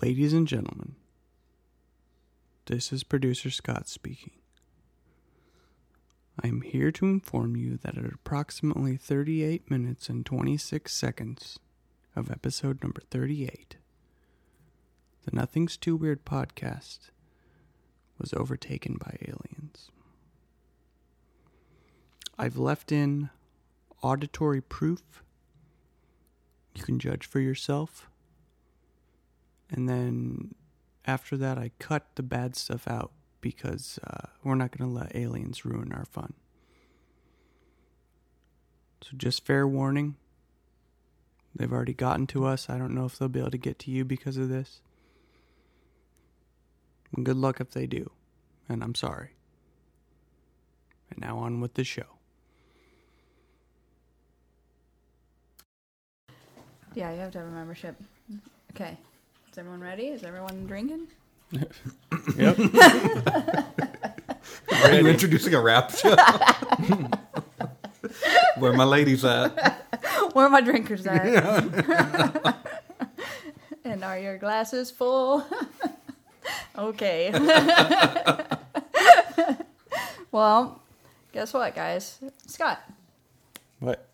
Ladies and gentlemen, this is producer Scott speaking. I am here to inform you that at approximately 38 minutes and 26 seconds of episode number 38, the Nothing's Too Weird podcast was overtaken by aliens. I've left in auditory proof. You can judge for yourself. And then after that, I cut the bad stuff out because uh, we're not going to let aliens ruin our fun. So, just fair warning. They've already gotten to us. I don't know if they'll be able to get to you because of this. And good luck if they do. And I'm sorry. And now on with the show. Yeah, you have to have a membership. Okay. Is everyone ready? Is everyone drinking? Yep. Are you introducing a rap show? Where my ladies at? Where are my drinkers at? and are your glasses full? okay. well, guess what, guys? Scott, What?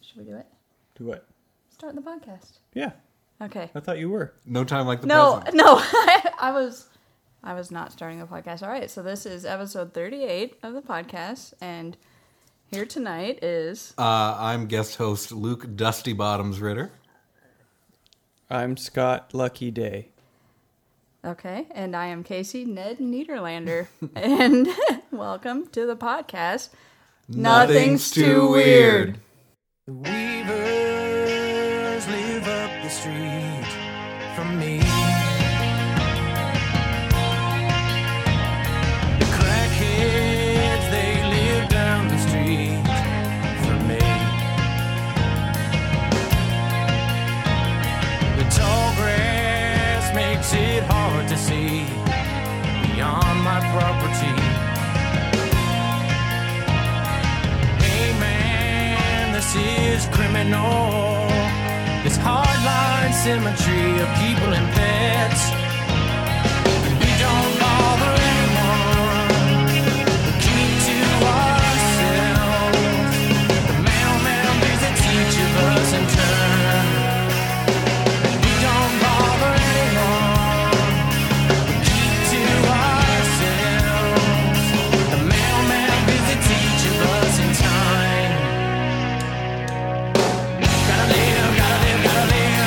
should we do it? Do what? Start the podcast. Yeah. Okay. I thought you were. No time like the No, present. no, I, was, I was not starting the podcast. All right, so this is episode thirty-eight of the podcast, and here tonight is Uh, I'm guest host Luke Dusty Bottoms Ritter. I'm Scott Lucky Day. Okay, and I am Casey Ned Niederlander, and welcome to the podcast. Nothing's too weird. The weavers live up the street from me. The crackheads, they live down the street from me. The tall grass makes it hard to see beyond my property. Hey man, this is criminal. This hardline symmetry of people and pets. We don't bother anyone. We keep to ourselves. The mailman visits each of us in turn. We don't bother anyone. We keep to ourselves. The mailman visits each of us in time. Gotta live, gotta live, gotta live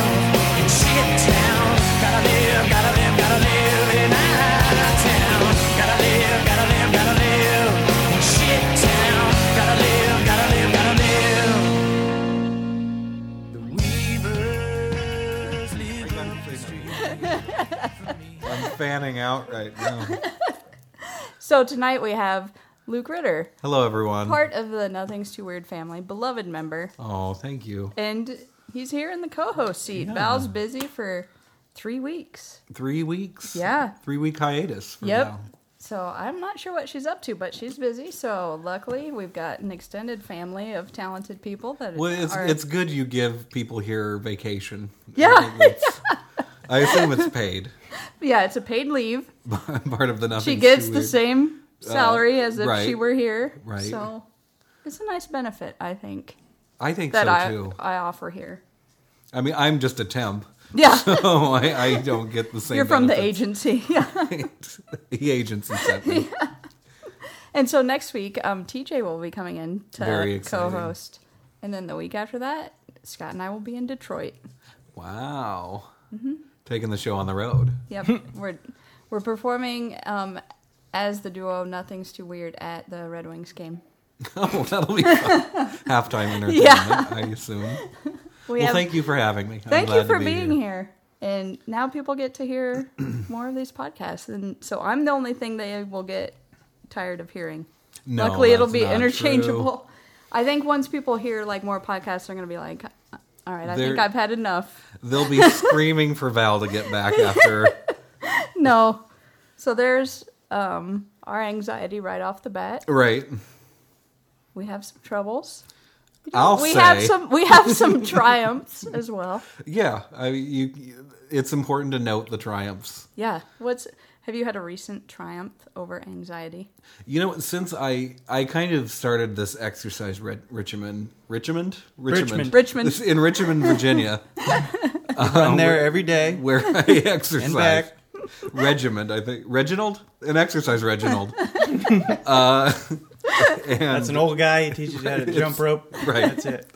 in shit town. Gotta live, gotta live, gotta live in our town. Gotta live, gotta live, gotta live in shit town. Gotta live, gotta live, gotta live. The weavers live on the street. I'm fanning out right now. So tonight we have Luke Ritter, Hello, everyone. part of the Nothing's Too Weird family, beloved member, oh, thank you. and he's here in the co-host seat. Val's busy for three weeks. Three weeks. Yeah. Three week hiatus. From Yep. Now. So I'm not sure what she's up to, but she's busy. So luckily, we've got an extended family of talented people that Well, it's, are. it's good you give people here vacation. Yeah. I, think that's- I assume it's paid. yeah, it's a paid leave. Part of the nothing. she gets the same salary as if Uh, right, she were here. right. So it's a nice benefit, I think, I think that so I too. I offer here. I mean, I'm just a temp. Yeah. Oh, I, I don't get the same. You're from the benefits. agency. Yeah. the agency sent me. and so next week, um, TJ will be coming in to Very exciting. co-host. And then the week after that, Scott and I will be in Detroit. Wow. Mm-hmm. Taking the show on the road. Yep. we're we're performing um, as the duo Nothing's Too Weird at the Red Wings game. Oh, that'll be fun. halftime entertainment, Yeah. I assume. We Well, thank you for having me. I'm Thank glad you to for be being here. And now people get to hear more of these podcasts. And so I'm the only thing they will get tired of hearing. No, Luckily, it'll that's be not interchangeable. I think once people hear like more podcasts, they're going to be like, "Uh, all right, I think They're- I've had enough. true. They'll be screaming for Val to get back after. No. So there's um, our anxiety right off the bat. right. We have some troubles. I'll we say, have some we have some triumphs as well. yeah, I, you, you- it's important to note the triumphs. Yeah. What's have you had a recent triumph over anxiety? You know, since I I kind of started this exercise, Red, Richmond, Richmond, Richmond. Richmond. This- in Richmond, Virginia, Run there every day. where I exercise. And back. Regiment, I think Reginald, an exercise Reginald. That's an old guy. He teaches you how to It's- jump rope. right. That's it.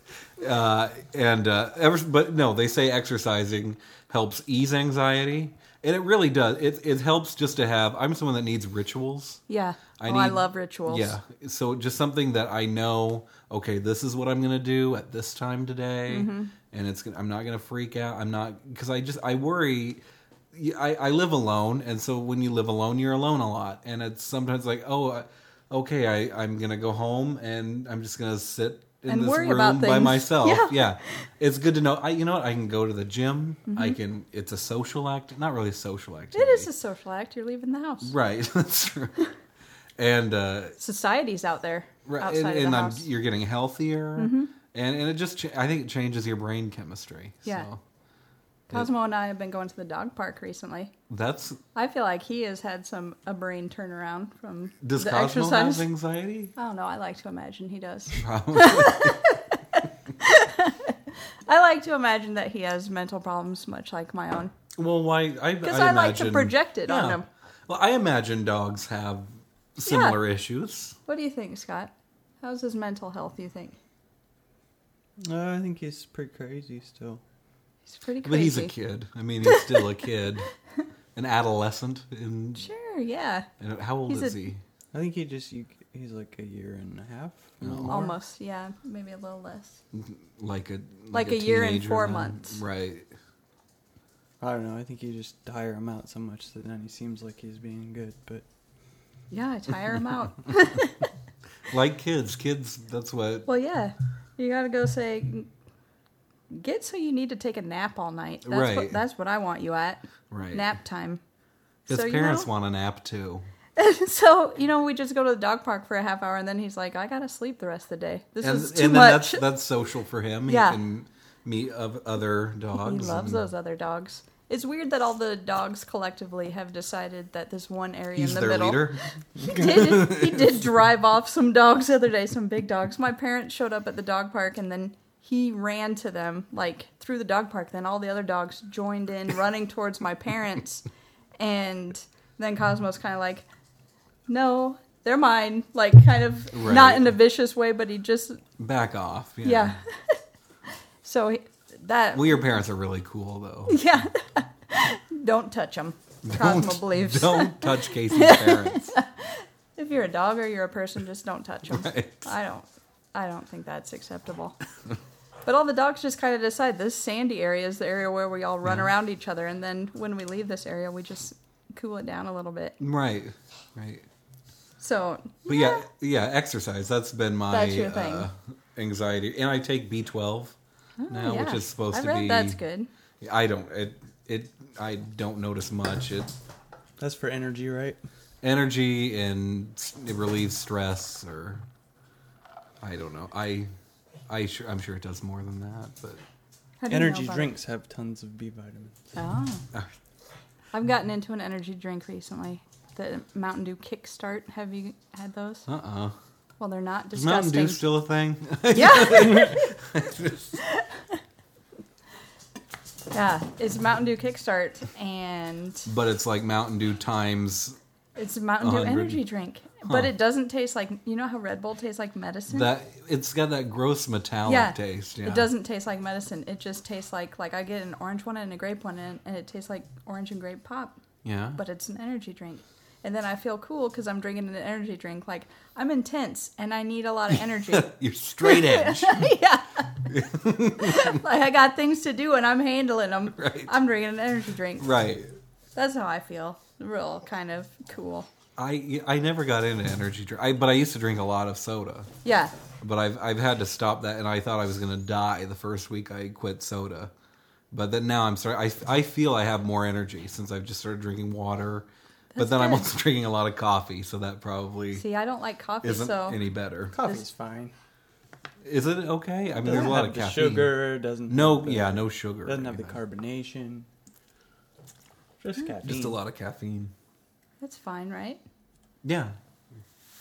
uh, and uh, ever, but no, they say exercising helps ease anxiety, and it really does. It it helps just to have. I'm someone that needs rituals. Yeah. oh, I love rituals. Yeah, so just something that I know. Okay, this is what I'm gonna do at this time today, Mm-hmm. and it's gonna, I'm not gonna freak out. I'm not because I just I worry. y- I, I live alone, and so when you live alone, you're alone a lot, and it's sometimes like, oh, I- okay, I I'm gonna go home, and I'm just gonna sit in And this worry room about by things. myself. Yeah. yeah, it's good to know. I you know what I can go to the gym. I can. It's a social act, not really a social activity. Mm-hmm. It is a social act. You're leaving the house. right. That's true. And uh, Society's out there. right and, Outside and of the I'm, house. Mm-hmm. you're getting healthier and and it just cha- i think it changes your brain chemistry Yeah. so Cosmo and I have been going to the dog park recently. that's I feel like he has had some a brain turnaround from does the Cosmo exercise. have anxiety I don't know. I like to imagine he does. Probably. I like to imagine that he has mental problems much like my own. well why i because I like to project it on him. well i imagine dogs have similar issues What do you think, Scott? How's his mental health, you think? Uh, I think he's pretty crazy still. He's pretty crazy. but he's a kid i mean he's still a kid an adolescent in, Sure, yeah. and how old He's is a- he I think he just you, he's like a year and a half. No. Almost, yeah. Maybe a little less. like a Like a year and teenager four then? months. right I don't know. I think you just tire him out so much that then he seems like he's being good, but Yeah, I tire him out. like kids kids that's what Well, yeah. You gotta go say, get so you need to take a nap all night. That's, what, Right. that's what I want you at. right Nap time. his so, you parents know- want a nap too so you know we just go to the dog park for a half hour and then he's like i gotta sleep the rest of the day this and, is too and then much that's that's social for him. Yeah. He can meet of other he dogs. loves and those other dogs it's weird that all the dogs collectively have decided that this one area He's in the their middle leader. He, did, he did drive off some dogs the other day some big dogs my parents showed up at the dog park and then he ran to them like through the dog park then all the other dogs joined in running towards my parents and then cosmos kind of like no they're mine like kind of not Right. in a vicious way but he just Back off. Yeah. yeah, so he, that Well, your parents are really cool though. yeah don't touch him cosmo believes Don't touch Casey's parents. if you're a dog or you're a person just don't touch him Right. i don't i don't think that's acceptable but all the dogs just kind of decide this sandy area is the area where we all run around each other and then when we leave this area we just cool it down a little bit Right. Right. so But yeah, yeah, exercise. That's been my That's your thing. Oh, Uh, anxiety. And I take B twelve now, yeah. which is supposed I to read be that's good I don't it it I don't notice much. It that's for energy, right? energy and s- it relieves stress or I don't know. I I sure, I'm sure it does more than that, but How do you know Energy about it? drinks have tons of B vitamins. Oh. I've gotten into an energy drink recently. The Mountain Dew Kickstart. Have you had those? uh-uh. Well, they're not Is Mountain disgusting. Dew still a thing? yeah. yeah, it's Mountain Dew Kickstart, and but it's like Mountain Dew times it's a Mountain Dew 100. energy drink. But Huh. it doesn't taste like you know how Red Bull tastes like medicine. that it's got that gross metallic yeah, taste, yeah. it doesn't taste like medicine. It just tastes like like I get an orange one and a grape one, and, and it tastes like orange and grape pop. Yeah. but it's an energy drink. And then I feel cool because I'm drinking an energy drink. Like I'm intense and I need a lot of energy. You're straight edge. yeah, like I got things to do and I'm handling them. Right. I'm drinking an energy drink. right. That's how I feel. Real kind of cool. I I never got into energy drink. I, but I used to drink a lot of soda. Yeah, But I've I've had to stop that, and I thought I was gonna die the first week I quit soda. But then now I'm sorry. I, I feel I have more energy since I've just started drinking water. but then I'm good. also drinking a lot of coffee, so that probably see, I don't like coffee, isn't so any better. Coffee's fine. Is it okay? I mean, there's a Doesn't lot have of the caffeine. sugar. Doesn't No, have the- yeah, no sugar. Doesn't have the Yeah. carbonation. Hmm. Just caffeine. Just a lot of caffeine. That's fine, right? Yeah.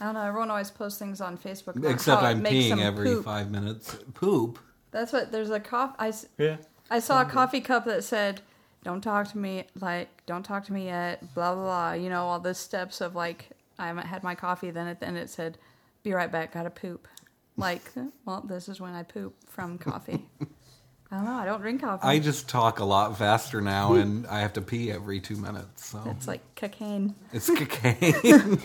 I don't know. Everyone always posts things on Facebook. about Except how it I'm makes them peeing every poop. five minutes. Poop. That's what there's a cough. I, s- Yeah. I saw a coffee cup that said, "Don't talk to me like don't talk to me yet." Blah blah blah. You know all the steps of like I haven't had my coffee. Then at the end it said, "Be right back. Gotta poop." Like, well, this is when I poop from coffee. I don't know. I don't drink coffee. I just talk a lot faster now, and I have to pee every two minutes. So it's like cocaine. it's cocaine.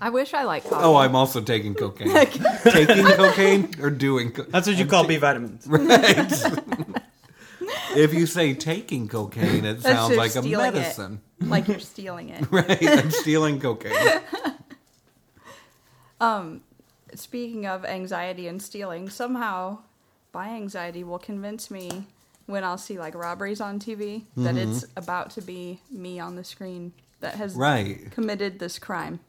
I wish I liked coffee. oh, I'm also taking cocaine. taking cocaine or doing. Co- That's what you call B vitamins. if you say taking cocaine, That's it sounds just like a stealing it. medicine. like you're stealing it. Right? I'm stealing cocaine. Speaking of anxiety and stealing, somehow my anxiety will convince me when I'll see like robberies on TV that it's Mm-hmm. about to be me on the screen that has Right. committed this crime.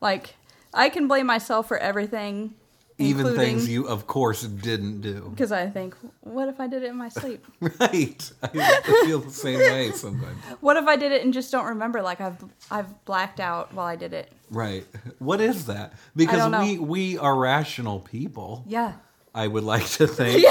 Like I can blame myself for everything, Even things you, of course, didn't do. because I think, what if I did it in my sleep? Right. I feel the same way sometimes. what if I did it and just don't remember? Like I've I've blacked out while I did it. Right. What is that? Because don't know. we we are rational people. Yeah, I would like to think.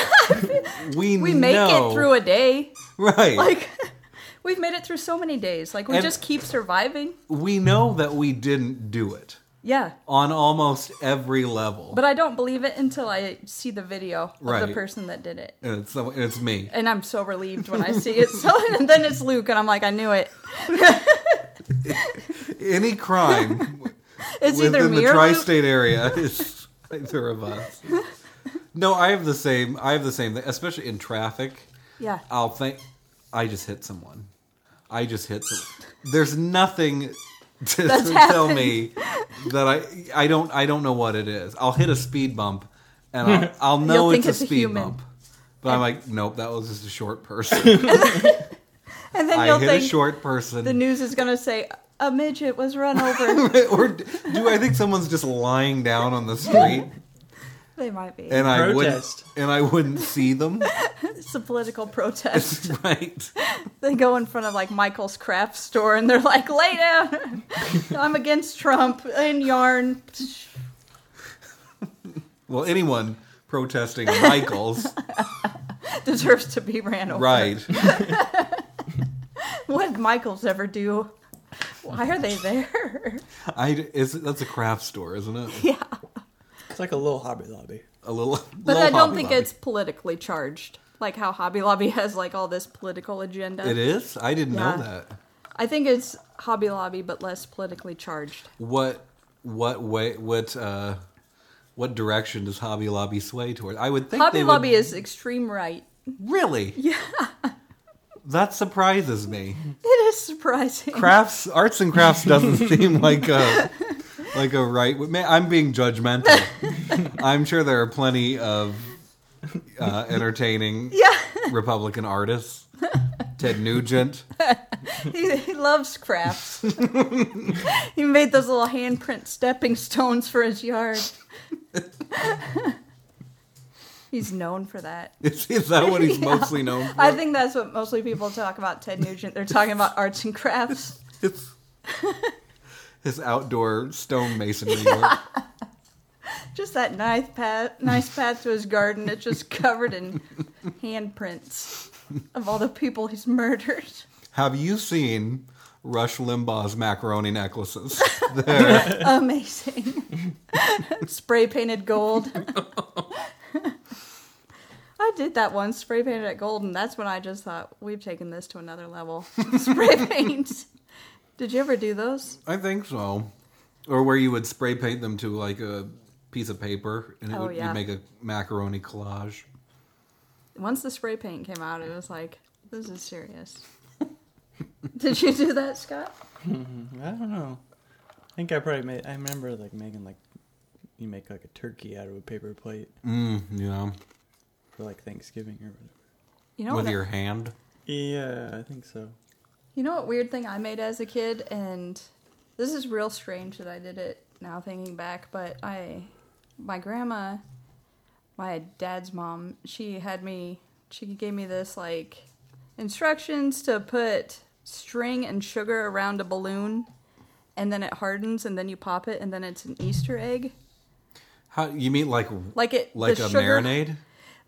we we make know, it through a day. Right. Like we've made it through so many days. Like we And- just keep surviving. we know that we didn't do it Yeah. on almost every level. But I don't believe it until I see the video of the Right. person that did it. and it's, and it's me. And I'm so relieved when I see it. So and then it's Luke and I'm like, I knew it. Any crime It's either within me the or Luke. tri-state area is either of us. No, I have the same. I have the same thing, especially in traffic. Yeah. I'll think I just hit someone. I just hit someone. There's nothing to That's tell me that I I don't I don't know what it is. I'll hit a speed bump and I'll, I'll know You'll it's think a it's a speed human. bump. But I'm like, nope, that was just a short person. And then I you'll hit think a short person. the news is gonna say a midget was run over. or d- do I think someone's just lying down on the street they might be. and I wouldn't Protest. and I wouldn't see them? It's a political protest. right. they go in front of like Michael's craft store and they're like, lay down. I'm against Trump and yarn. Well, anyone protesting Michael's, Deserves to be ran over. right? What did Michael's ever do? Why are they there? I is that's a craft store, isn't it? yeah. It's like a little Hobby Lobby. A little, But little I don't Hobby think Lobby. it's politically charged, like how Hobby Lobby has like all this political agenda. It is. I didn't Yeah. know that. I think it's Hobby Lobby, but less politically charged. What what way what uh what direction does Hobby Lobby sway toward? I would think Hobby they Lobby would, is extreme right. really yeah. That surprises me. It is surprising. Crafts, arts, and crafts doesn't seem like a like a right. Man, I'm being judgmental. I'm sure there are plenty of uh, entertaining Yeah, Republican artists. Ted Nugent. he, he loves crafts. he made those little handprint stepping stones for his yard. He's known for that. Is, is that what he's mostly known for? I think that's what mostly people talk about Ted Nugent. They're talking about arts and crafts. his, his outdoor stonemasonry work. Just that nice path, nice path to his garden. It's just covered in handprints of all the people he's murdered. Have you seen Rush Limbaugh's macaroni necklaces? They're, Amazing. spray painted gold. I did that once, spray painted it gold, and that's when I just thought we've taken this to another level. spray paint. Did you ever do those? I think so. Or where you would spray paint them to like a piece of paper and it Oh, would, yeah. you'd make a macaroni collage. Once the spray paint came out, it was like this is serious. did you do that, Scott? I don't know. I think I probably made. I remember like making like you make like a turkey out of a paper plate Mm, yeah. for like Thanksgiving or whatever. You know With what? your hand. Yeah, I think so. You know what weird thing I made as a kid, and this is real strange that I did it now thinking back, but I, my grandma, my dad's mom, she had me, she gave me this like instructions to put string and sugar around a balloon and then it hardens and then you pop it and then it's an Easter egg. How you mean like Like it, like the a sugar, marinade?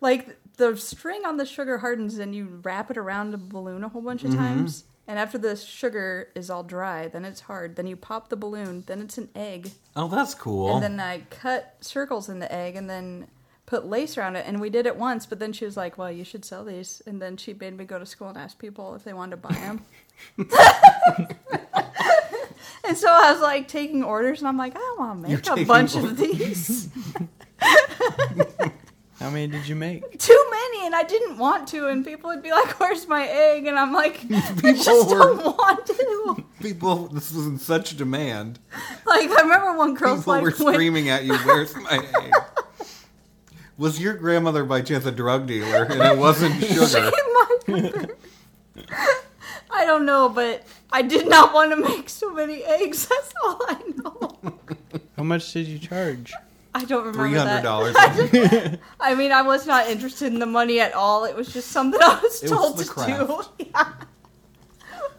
like the string on the sugar hardens and you wrap it around a balloon a whole bunch of Mm-hmm. times and after the sugar is all dry then it's hard then you pop the balloon then it's an egg Oh, that's cool. and then i cut circles in the egg and then put lace around it and we did it once but then she was like well you should sell these and then she made me go to school and ask people if they wanted to buy them and so i was like taking orders and i'm like i want to You're make a taking bunch of orders. these How many did you make? too many and I didn't want to and people would be like, Where's my egg? And I'm like, I just were- don't want to. People, this was in such demand. Like I remember one girl's People like were when- screaming at you, "Where's my egg?" Was your grandmother by chance a drug dealer, and it wasn't sugar? It might have been. I don't know, but I did not want to make so many eggs, that's all I know. How much did you charge? I don't remember. Three hundred that. dollars. I mean, I was not interested in the money at all. It was just something I was It was told the to do. Yeah.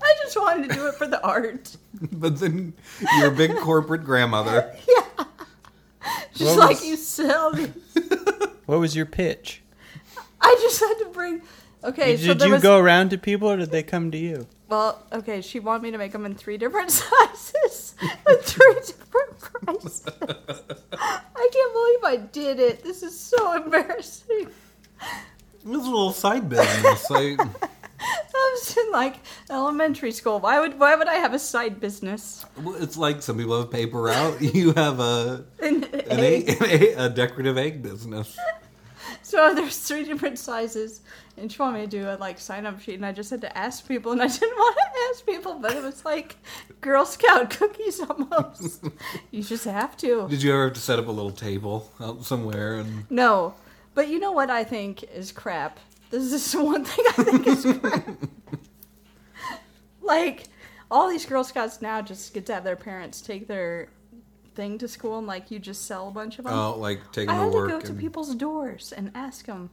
I just wanted to do it for the art. But then your big corporate grandmother. Just What like was- you sell these. What was your pitch? I just had to bring. Okay, so did there you was. go around to people or did they come to you? well, okay, she wanted me to make them in three different sizes with three different prices. I can't believe I did it. This is so embarrassing. It was a little side business. I, I was in like elementary school. Why would why would I have a side business? well, it's like some people have paper route. You have a And, an egg, an egg, a decorative egg business. so there's three different sizes, and she wanted me to do a like sign up sheet, and I just had to ask people, and I didn't want to ask people, but it was like Girl Scout cookies almost. you just have to. Did you ever have to set up a little table out somewhere? And No, but you know what I think is crap. This is the one thing I think is crap. like all these Girl Scouts now just get to have their parents take their thing to school and like you just sell a bunch of them. oh, like take I them had to to work. go to and, people's doors and ask them.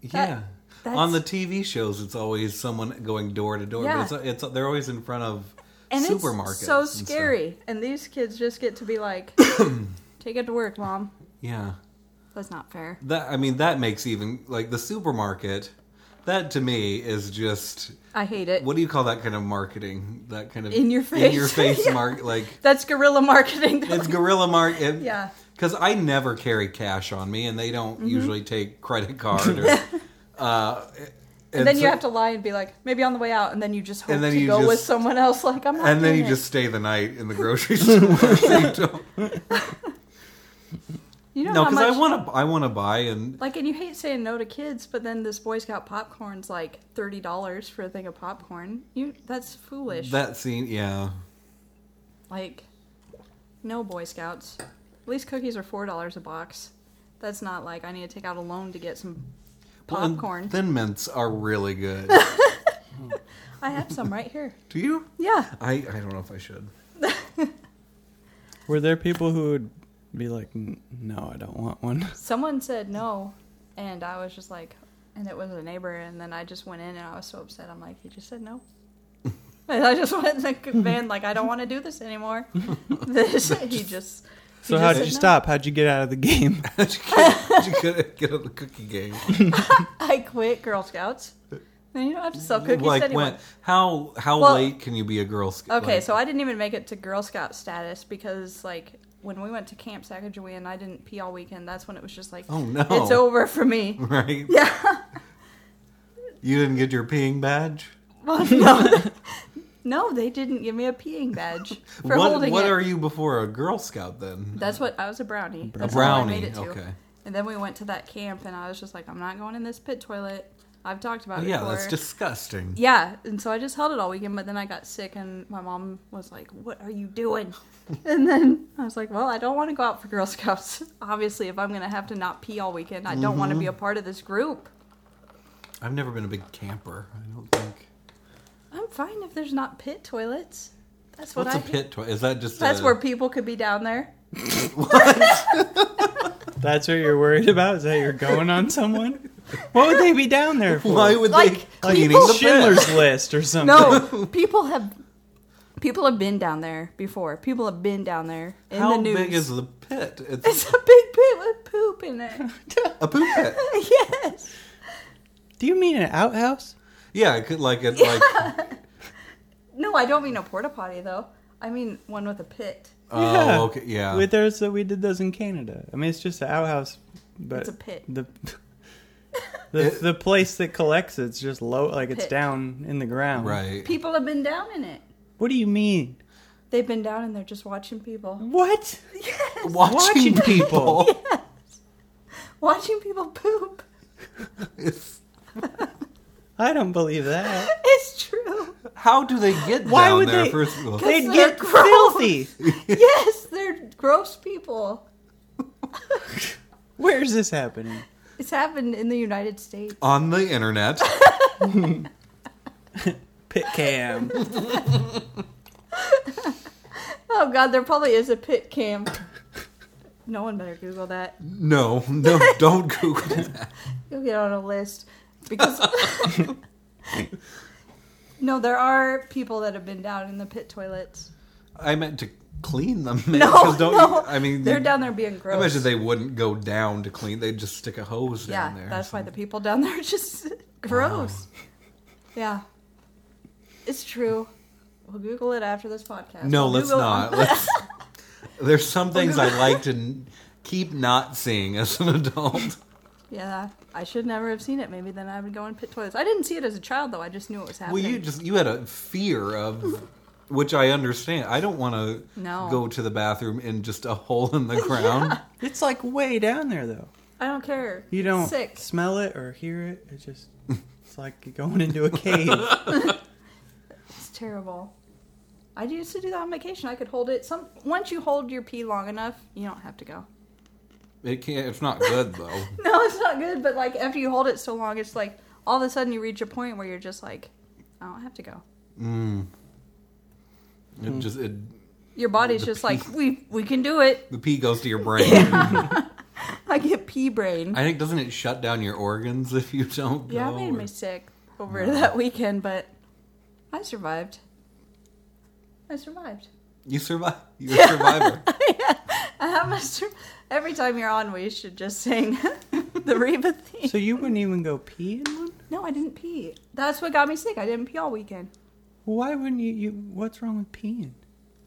yeah. that's- On the TV shows, it's always someone going door to door. Yeah. But it's, it's they're always in front of And supermarkets. it's so and stuff. scary. And these kids just get to be like, "Take it to work, mom." Yeah, That's not fair. that I mean that makes even like the supermarket. That to me is just I hate it. what do you call that kind of marketing? That kind of In your in your face. face Yeah. mark like That's guerrilla marketing. it's guerrilla market. Yeah. Mm-hmm. because I never carry cash on me, and they don't usually take credit card. Or, uh, And then so- you have to lie and be like, maybe on the way out, and then you just hope And then to you go with just- someone else. Like I'm not. and then doing you it. just stay the night in the grocery store. so you don't- you know No, how much, because I want to. I want to buy, and like, and you hate saying no to kids, but then this Boy Scout popcorn's like thirty dollars for a thing of popcorn. You that's foolish. that scene. Yeah, like, no Boy Scouts. At least cookies are four dollars a box. That's not like I need to take out a loan to get some Well, and popcorn. Thin mints are really good. I have some right here. Do you? Yeah, I I don't know if I should. Were there people who would be like, "N- no, I don't want one? someone said no, and I was just like, and it was a neighbor, and then I just went in and I was so upset. I'm like, he just said no. And I just went like, man, like I don't want to do this anymore. This he So just. he just how'd said you no. stop? How'd you get out of the game? you could you could get on the cookie game. I quit Girl Scouts. Then you don't have to sell cookies like anymore. when? How how Well- late can you be a Girl Scout? Okay, like, so I didn't even make it to Girl Scout status because like when we went to Camp Sacagawea and I didn't pee all weekend, that's when it was just like, Oh, no. it's over for me. right. Yeah. You didn't get your peeing badge. Well, no. no, they didn't give me a peeing badge for what holding what it. are you before a Girl Scout then? That's what I was a brownie. a That's all I made brownie. it to. Okay. And then we went to that camp, and I was just like, I'm not going in this pit toilet. I've talked about Oh, it yeah, before. that's disgusting. Yeah, and so I just held it all weekend, but then I got sick, and my mom was like, "What are you doing?" and then I was like, "Well, I don't want to go out for Girl Scouts. Obviously, if I'm gonna have to not pee all weekend, I don't want to Mm-hmm. be a part of this group. I've never been a big camper. I don't think. I'm fine if there's not pit toilets. That's what What's I. a pit toy? Is that just That's a, where people could be down there. That's what you're worried about? Is that you're going on someone? What would they be down there for? why would Like, they like cleaning people- the pit? Schindler's List or something? No, people have people have been down there before. People have been down there in How the news. big is the pit? It's it's a big pit with poop in it. a poop pit. yes. Do you mean an outhouse? Yeah, it could, like it like No, I don't mean a porta potty though. I mean one with a pit. oh Yeah. okay yeah. With those that we did those in Canada. I mean, it's just an outhouse, but It's a pit. The the, It- the place that collects it's just low, like it's Pit. down in the ground. right. People have been down in it. What do you mean? They've been down in there just watching people. What? Watching, Watching people. people. Watching people poop. It's- I don't believe that. It's true. how do they get Why down would there they- first of all? They'd they're get gross. filthy. yes, they're gross people. Where is this happening? It's happened in the United States. on the internet. Pit cam. Oh god, there probably is a pit cam. no one better Google that. No, no, don't Google that. You'll get on a list because no, there are people that have been down in the pit toilets. I meant to clean them. No, 'cause don't no, I mean, they're down there being I gross. imagine they wouldn't go down to clean. They'd just stick a hose yeah, down there. that's why the people down there are just gross. Yeah, it's true. We'll Google it after this podcast. No, We'll let's Google- not. Let's, there's some things I like to n- keep not seeing as an adult. yeah, I should never have seen it. Maybe then I would go in pit toilets. I didn't see it as a child though. I just knew it was Well, happening. you just you had a fear of, which I understand. I don't want to No. go to the bathroom in just a hole in the ground. It's like way down there though. I don't care. You don't sick. smell it or hear it. It's just it's like you're going into a cave. It's terrible. I used to do that on vacation. I could hold it. Some once you hold your pee long enough, you don't have to go. It can't. It's not good though. No, it's not good. But like after you hold it so long, it's like all of a sudden you reach a point where you're just like, I don't have to go. It just it, Your body's just like, we we can do it. the pee goes to your brain. I get pee brain. I think doesn't it shut down your organs if you don't? yeah, go it made or- me sick over that weekend, but I survived. I survived. You survive. You're a survivor. I have my sur- every time you're on, we should just sing the Reba theme. so you wouldn't even go pee in one? No, I didn't pee. That's what got me sick. I didn't pee all weekend. Why wouldn't you, you? What's wrong with peeing?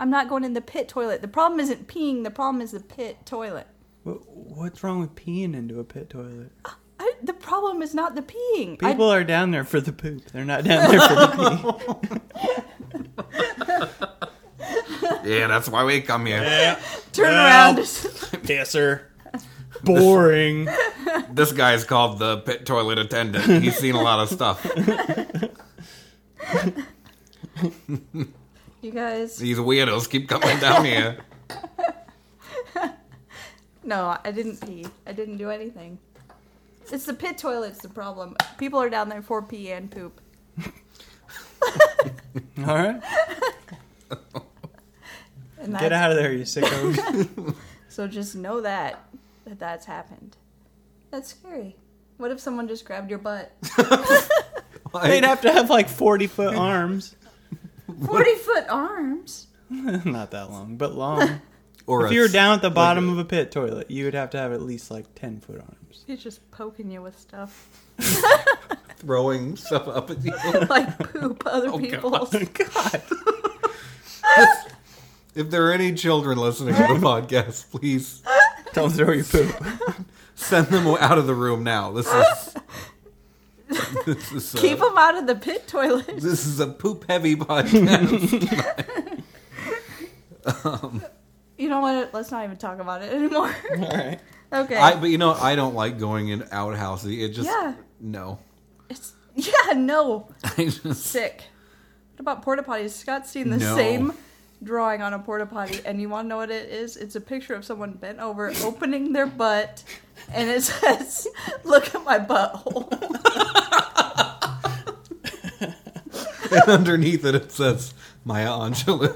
I'm not going in the pit toilet. The problem isn't peeing, the problem is the pit toilet. What, what's wrong with peeing into a pit toilet? I, the problem is not the peeing. I- People are down there for the poop. They're not down there for the pee. yeah, that's why we come here. turn Well. around. Pisser. Boring. This guy's called the pit toilet attendant. He's seen a lot of stuff. you guys. These weirdos keep coming down here. No, I didn't pee. I didn't do anything. It's the pit toilet's the problem. People are down there for pee and poop. All right, And get that's, out of there, you sicko. So just know that, that that's happened. That's scary. What if someone just grabbed your butt? They'd have to have like forty foot arms. 40 foot arms? not that long, but long. or If you were down at the bottom of a pit toilet, you would have to have at least like ten foot arms. He's just poking you with stuff. throwing stuff up at you. Like poop, other Oh, God. people's. God. if there are any children listening to the podcast, please Don't throw your poop. send them out of the room now. This is this is a, Keep them out of the pit toilet. this is a poop heavy podcast. You know what? Let's not even talk about it anymore. All right. okay. I, but you know, I don't like going in outhouses. It just Yeah. no. It's, yeah, no. I just Sick. What about porta potties? Scott's seen the No. same drawing on a porta potty, and you want to know what it is? It's a picture of someone bent over, opening their butt, and it says, Look at my butthole. and underneath it it says Maya Angelou.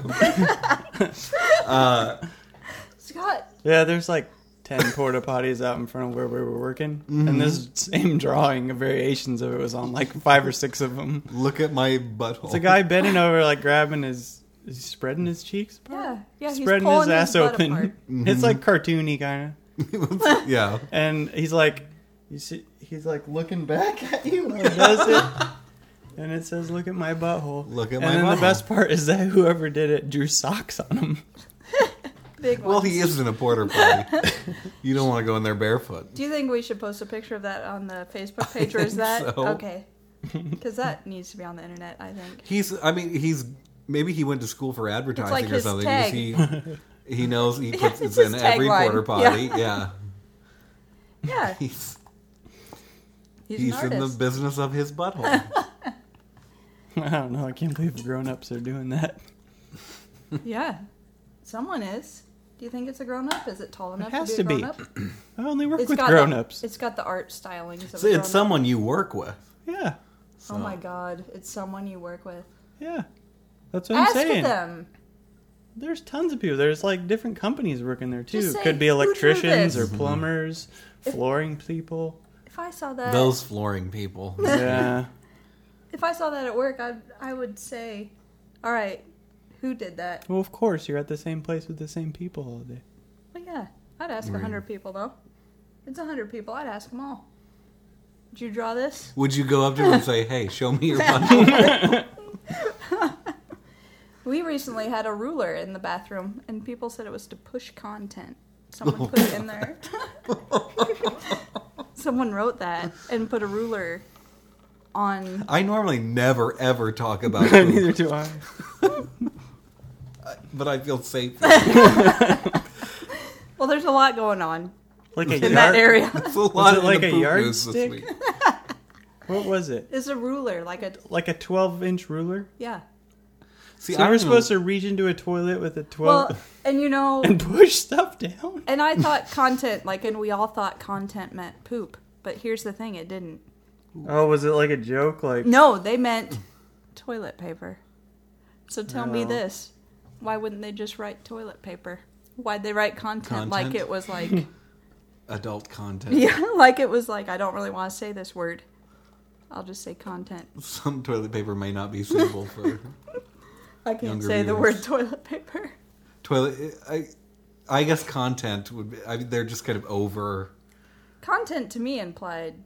Scott, Yeah, there's like 10 porta potties out in front of where we were working. And this same drawing of variations of it was on like five or six of them. Look at my butthole. It's a guy bending over, like grabbing his. Is he spreading his cheeks apart? yeah, yeah, he's spreading his pulling ass butt open. apart. It's like cartoony, kind yeah. of. And he's like, you see, he's like looking back at you when he does it. And it says, "Look at my butthole." Look at and my then butthole. the best part is that whoever did it drew socks on him. Big Well, one. he is in a porter potty. you don't want to go in there barefoot. Do you think we should post a picture of that on the Facebook page, or is that so. okay? Because that needs to be on the internet, I think. He's. I mean, he's. Maybe he went to school for advertising like or his something. tag. He, he knows he Yeah, puts it's it in his every tagline. porter Yeah. potty. Yeah. Yeah, He's he's, he's an in the artist. business of his butthole. I don't know. I can't believe grown-ups are doing that. yeah, someone is. Do you think it's a grown up? Is it tall enough? has to to be. be. A grown up? I only work It's with got grown-ups. The, it's got the art stylings. Of So a it's grown-up. someone you work with. Yeah, Oh my god, it's someone you work with. yeah. That's what I'm Ask saying. them. There's tons of people. There's like different companies working there too. Just say, Could be "Who drew electricians or Mm-hmm. this?" plumbers, flooring people. If I saw that, Those flooring people. Yeah. if I saw that at work, I I would say, all right, who did that? Well, of course, you're at the same place with the same people all day. Well, yeah, I'd ask a hundred people though. It's a hundred people. I'd ask them all. Did you draw this? Would you go up to him and say, "Hey, show me your butthole"? We recently had a ruler in the bathroom, and people said it was to push content. Someone put it in there. Someone wrote that and put a ruler on. I normally never ever talk about poop, Neither do I. but I feel safe. Well, there's a lot going on Like a in yard. that area. It's a lot it of like the a poop news this yardstick? week. What was it? It's a ruler, like a Like a 12 inch ruler? yeah. See, So I we're was supposed to reach into a toilet with a 12 Well, and you know, and push stuff down? and I thought content, like, and we all thought content meant poop, but here's the thing, it didn't. Oh, was it like a joke? Like, No, they meant toilet paper. So tell me No. this: Why wouldn't they just write toilet paper? Why'd they write content, like Content? it was like adult content. yeah, like it was like I don't really want to say this word. I'll just say content. Some toilet paper may not be suitable for I can't Younger say the word viewers. toilet paper. toilet. I, I guess content would. Be, I mean, they're just kind of over. Content to me implied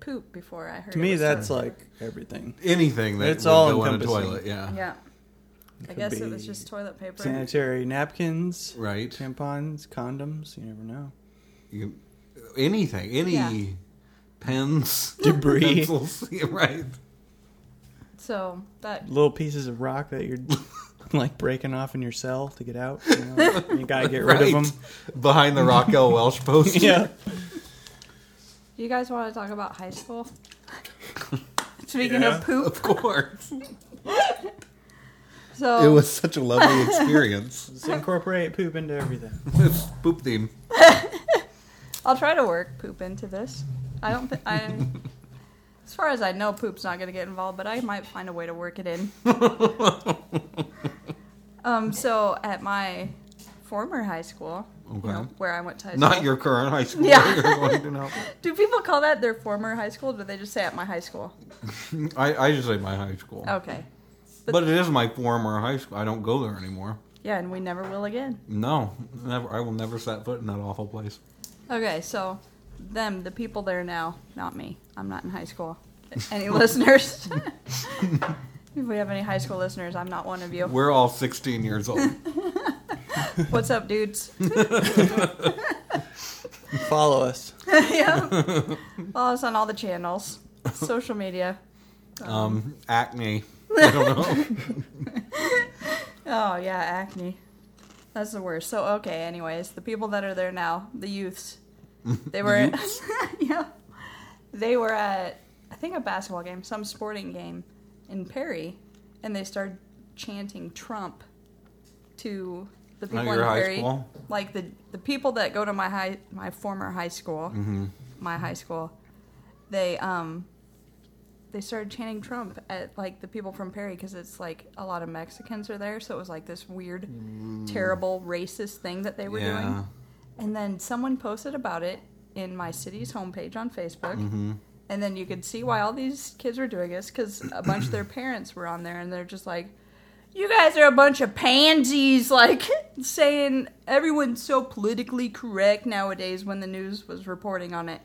poop before I heard. to it me, was that's toilet like everything. anything that It's would all go in a encompassing. toilet. Yeah. paper. yeah. I could guess it was be just toilet paper. Sanitary napkins, Right. tampons, condoms, you never know. You, anything. Any Yeah. pens. Debris. Pencils. yeah, right. So that Little pieces of rock that you're like breaking off in your cell to get out. You, know? you gotta get rid of Right. them. Behind the Rockwell Welsh post. Yeah. Do you guys want to talk about high school? Speaking Yeah. of poop, Of course. so It was such a lovely experience. Just incorporate poop into everything. it's poop theme. I'll try to work poop into this. I don't. Th- I, as far as I know, poop's not going to get involved, but I might find a way to work it in. um. So at my former high school, you know, Okay. where I went to high school, Not your current high school. Yeah. You're going to know. do people call that their former high school? Or do they just say at my high school? I, I just say my high school. Okay. But, it is my former high school. I don't go there anymore. Yeah, and we never will again. No, never. I will never set foot in that awful place. Okay, so them, the people there now, not me. I'm not in high school. Any listeners? if we have any high school listeners, I'm not one of you. We're all 16 years old. What's up, dudes? Follow us. yeah. Follow us on all the channels, social media. Um, acne. I don't know. Oh yeah, acne. That's the worst. So okay, anyways, the people that are there now, the youths, they were, yeah, they were at I think a basketball game, some sporting game in Perry, and they started chanting Trump to the people your in high Perry, school? like the the people that go to my high Mm-hmm. my former high school, my high school. They um they started chanting Trump at like the people from Perry because it's like a lot of Mexicans are there, so it was like this weird, terrible racist thing that they were Yeah. doing. And then someone posted about it in my city's homepage on Facebook. Mm-hmm. And then you could see why all these kids were doing this because a bunch of their parents were on there and they're just like, you guys are a bunch of pansies, like saying everyone's so politically correct nowadays when the news was reporting on it.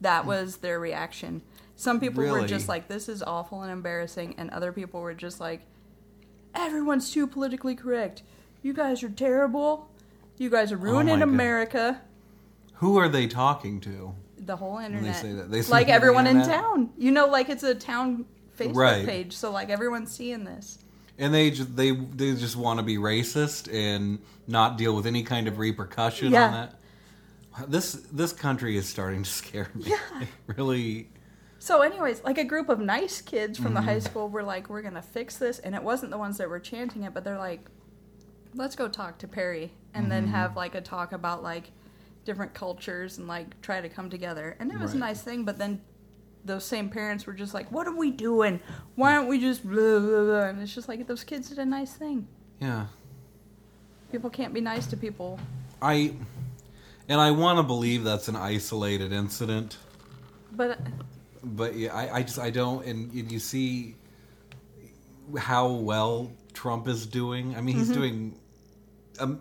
That was their reaction. Some people were Hmm. Really? just like, this is awful and embarrassing, and other people were just like, everyone's too politically correct. You guys are terrible. You guys are ruining Oh God. America. Who are they talking to? The whole internet. say that, they say like that on the everyone in internet. town. You know, like it's a town Facebook Right. page, so like everyone's seeing this. And they just, they they just want to be racist and not deal with any kind of repercussion Yeah. on that. This this country is starting to scare me. Yeah. It really. So, anyways, like a group of nice kids from the Mm-hmm. high school were like, "We're gonna fix this," and it wasn't the ones that were chanting it, but they're like, "Let's go talk to Perry and then Mm-hmm. have like a talk about like different cultures and like try to come together." And it was a Right. nice thing, but then those same parents were just like, "What are we doing? Why aren't we just blah blah blah?" And it's just like those kids did a nice thing. Yeah. People can't be nice to people. I and I want to believe that's an isolated incident, But but yeah, I, I just I don't. And, and you see how well Trump is doing. I mean, he's Mm-hmm. doing. Um,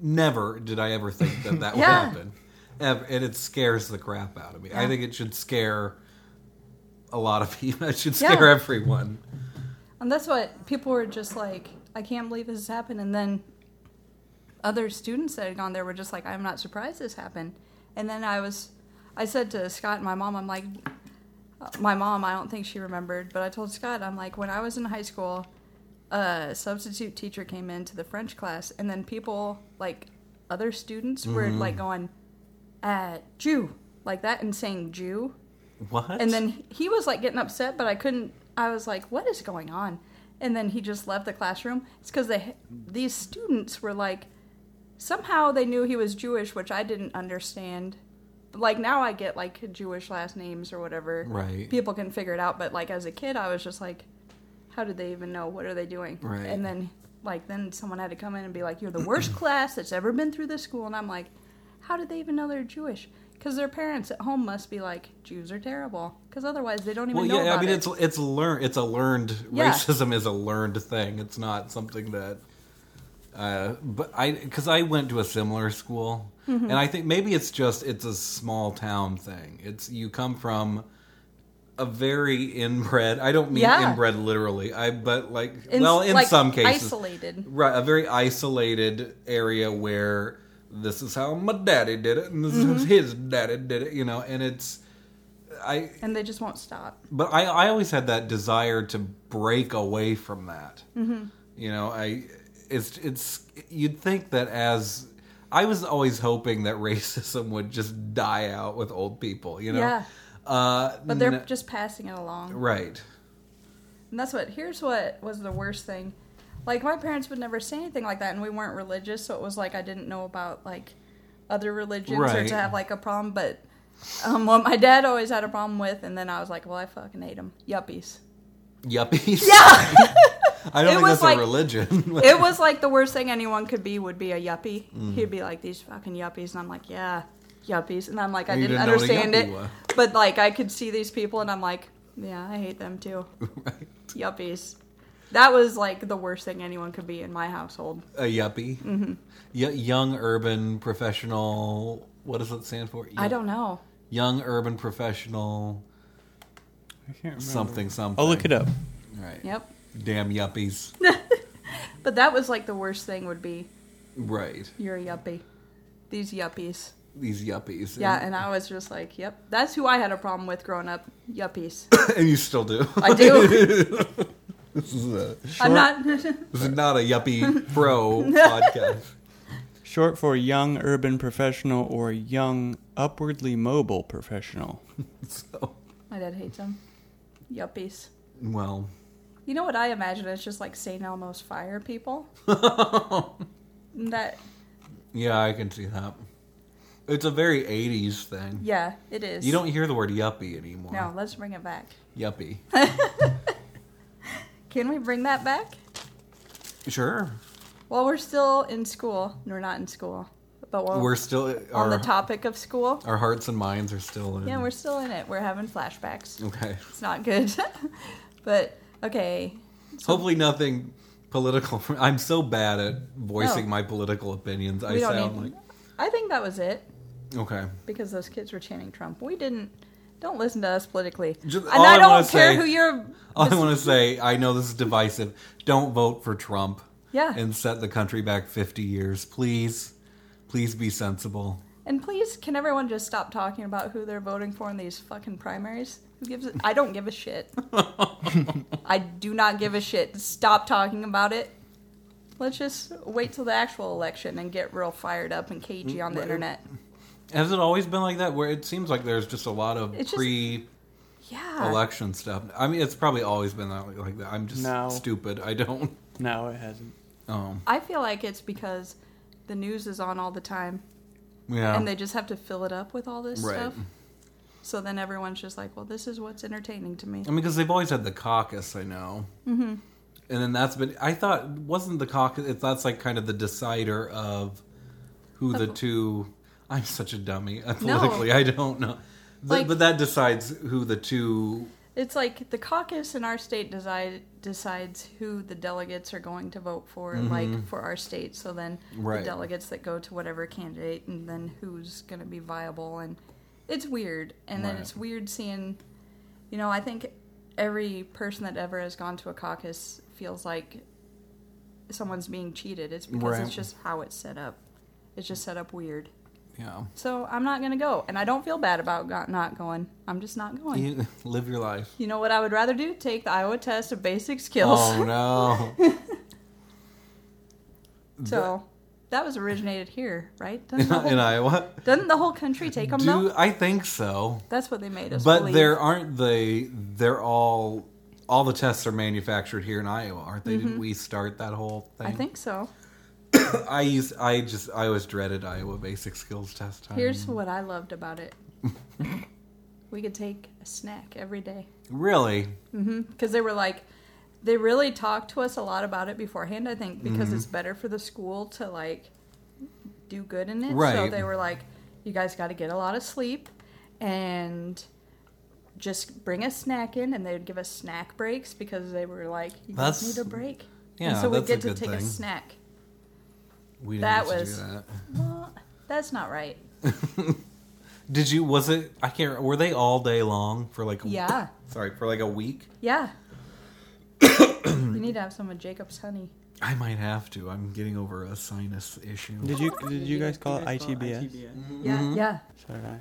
never did I ever think that that would Yeah. happen, Ever, and it scares the crap out of me. I think it should scare a lot of people. It should Yeah. scare everyone. And that's what people were just like, I can't believe this has happened. And then other students that had gone there were just like, I'm not surprised this happened. And then I was, I said to Scott and my mom, I'm like, uh, my mom, I don't think she remembered, but I told Scott, I'm like, when I was in high school, a substitute teacher came into the French class, and then people, like other students, were like going, uh, Jew, like that, and saying Jew. What? And then he was like getting upset, but I couldn't. I was like, "What is going on?" And then he just left the classroom. It's because they these students were like somehow they knew he was Jewish, which I didn't understand. But like now I get like Jewish last names or whatever. Right. People can figure it out, but like as a kid, I was just like, "How did they even know? What are they doing?" Right. And then like then someone had to come in and be like, "You're the worst class that's ever been through this school," and I'm like. How did they even know they're Jewish? Because their parents at home must be like, Jews are terrible. Because otherwise, they don't even well, know yeah, about I mean, it. it's it's learned. It's a learned Yeah. racism is a learned thing. It's not something that. Uh, but I, because I went to a similar school, Mm-hmm. and I think maybe it's just it's a small town thing. It's you come from a very inbred. I don't mean Yeah. inbred literally. I but like In- well in like, some cases isolated. Right, a very isolated area where this is how my daddy did it, and this Mm-hmm. is his daddy did it. You know, and it's I And they just won't stop. but I, I always had that desire to break away from that. Mm-hmm. You know, I it's it's you'd think that as I was always hoping that racism would just die out with old people. You know, Yeah. uh, But they're n- just passing it along. right. And that's what, here's what was the worst thing. Like, my parents would never say anything like that, and we weren't religious, so it was like I didn't know about, like, other religions or Right. to have, like, a problem. But um, what my dad always had a problem with, and then I was like, well, I fucking hate them. Yuppies. Yuppies. Yeah! I don't It think was that's like- a religion. it was like the worst thing anyone could be would be a yuppie. Mm. He'd be like these fucking yuppies, and I'm like, yeah, yuppies, and I'm like, I And you didn't, didn't know what a understand it, yuppie was. but like I could see these people, and I'm like, yeah, I hate them too, yuppies. That was like the worst thing anyone could be in my household. a yuppie. Mm-hmm. young urban professional. What does it stand for? I don't know. Young urban professional. I can't remember. Something something. I'll look it up. Right. Yep. Damn yuppies. But that was like the worst thing would be right. you're a yuppie. These yuppies. These yuppies. Yeah, and I was just like, yep. That's who I had a problem with growing up. Yuppies. and you still do. I do. this, is a, I'm not. this is not a yuppie pro podcast. Short for young urban professional or young upwardly mobile professional. So, my dad hates them. Yuppies. well, You know what I imagine? It's just like St. Elmo's fire people. that yeah, I can see that. It's a very 80s thing. Yeah, it is. You don't hear the word yuppie anymore. No, let's bring it back. Yuppie. Can we bring that back? sure. While we're still in school, we're not in school, but while We're still Oh. on our, the topic of school, Our hearts and minds are still in. yeah, we're still in it. We're having flashbacks. okay. It's not good, but okay. Hopefully nothing political. I'm so bad at voicing No. my political opinions. I We don't sound need- like I think that was it okay. because those kids were chanting Trump. We didn't. Don't listen to us politically. Just- and all I I wanna don't care say- who you're. All I want to say, I know this is divisive. Don't vote for Trump. Yeah. And set the country back 50 years, please. Please be sensible. And please, can everyone just stop talking about who they're voting for in these fucking primaries? Who gives? A, I don't give a shit. I do not give a shit. Stop talking about it. Let's just wait till the actual election and get real fired up and Mm, cagey on the internet. Has it always been like that? Where it seems like there's just a lot of It's just- pre-election Yeah. stuff. I mean, it's probably always been that like that. I'm just No. stupid. I don't. No, it hasn't. Um. I feel like it's because the news is on all the time Yeah. and they just have to fill it up with all this Right. stuff. So then everyone's just like, well, this is what's entertaining to me. I mean, because they've always had the caucus, I know. Mm-hmm. And then that's been. I thought wasn't the caucus. It's that's like kind of the decider of who the two. I'm such a dummy uh, politically. I don't know. But, Like- but that decides who the two. It's like the caucus in our state decide, decides who the delegates are going to vote for, like for our state. So then Mm-hmm. Right. the delegates that go to whatever candidate, and then who's going to be viable, and it's weird. And then Right. it's weird seeing, you know, I think every person that ever has gone to a caucus feels like someone's being cheated. It's because Right. it's just how it's set up. It's just set up weird. Yeah. So I'm not going to go, and I don't feel bad about go- not going. I'm just not going. You, live your life. You know what I would rather do? Take the Iowa test of basic skills. Oh no. so that was originated here, right? Doesn't the whole, in Iowa. doesn't the whole country take them Do though? I think so? That's what they made us But believe. there aren't they? They're all. All the tests are manufactured here in Iowa, aren't they? Didn't we start that whole thing? Mm-hmm. I think so. I used I just I always dreaded Iowa basic skills test time. Here's what I loved about it. we could take a snack every day. really because they were like they really talked to us a lot about it beforehand i think because Mm-hmm. it's better for the school to like do good in it so Right. they were like you guys got to get a lot of sleep and just bring a snack in and they would give us snack breaks because they were like you guys That's- need a break and yeah, so we that's a get to good take a thing. snack we didn't That used to was- do that. well, that's not right Did you? Was it? I can't. Were they all day long for like? A, Yeah. Sorry, for like a week. yeah you need to have some of jacob's honey I might have to. I'm getting over a sinus issue. Did you did you guys call it ITBS? Mm-hmm. yeah yeah So did I.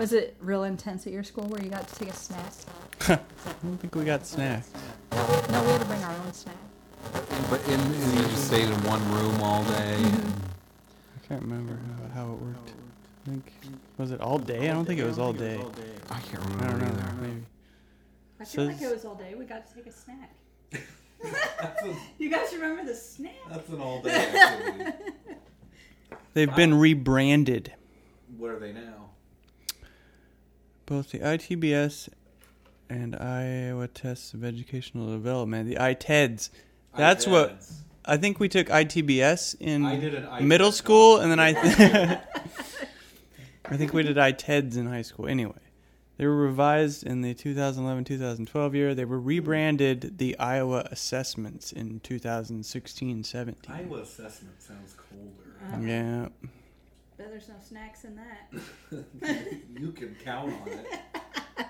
was it real intense at your school where you got to take a snack I don't think we got snacks. no we had to bring our own snack But in, and you just stayed in one room all day. Mm-hmm. and- I can't remember how, how it worked. I think was it all day? I don't think it was all day. I can't I remember don't know. either. Maybe. I feel like it was all day. We got to take a snack. you guys remember the snack? That's an all day. Activity. They've been rebranded. what are they now? Both the ITBS and Iowa Tests of Educational Development, the ITEDs. That's E what I think we took ITBS in I did an ITED middle class. school, and then I. I think we did ITEDs in high school. Anyway, they were revised in the 2011-2012 year. They were rebranded the Iowa Assessments in 2016-17. Iowa assessment sounds colder. Yeah, But there's no snacks in that. you can count on it.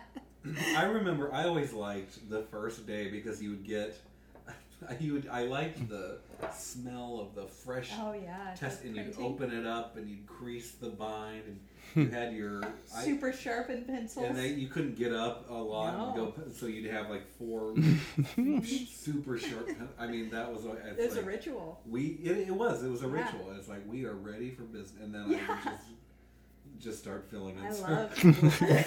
I remember I always liked the first day because you would get you would I liked the smell of the fresh Oh, yeah. test and you'd open it up and you'd crease the bind and you had your I- sharpened pencils. and they, you couldn't get up a lot and No. go so you'd have like four super short I mean that was it's like, ritual. we it, it was it was a Yeah. ritual. It's like we are ready for business, and then I Yeah. would just just start filling in.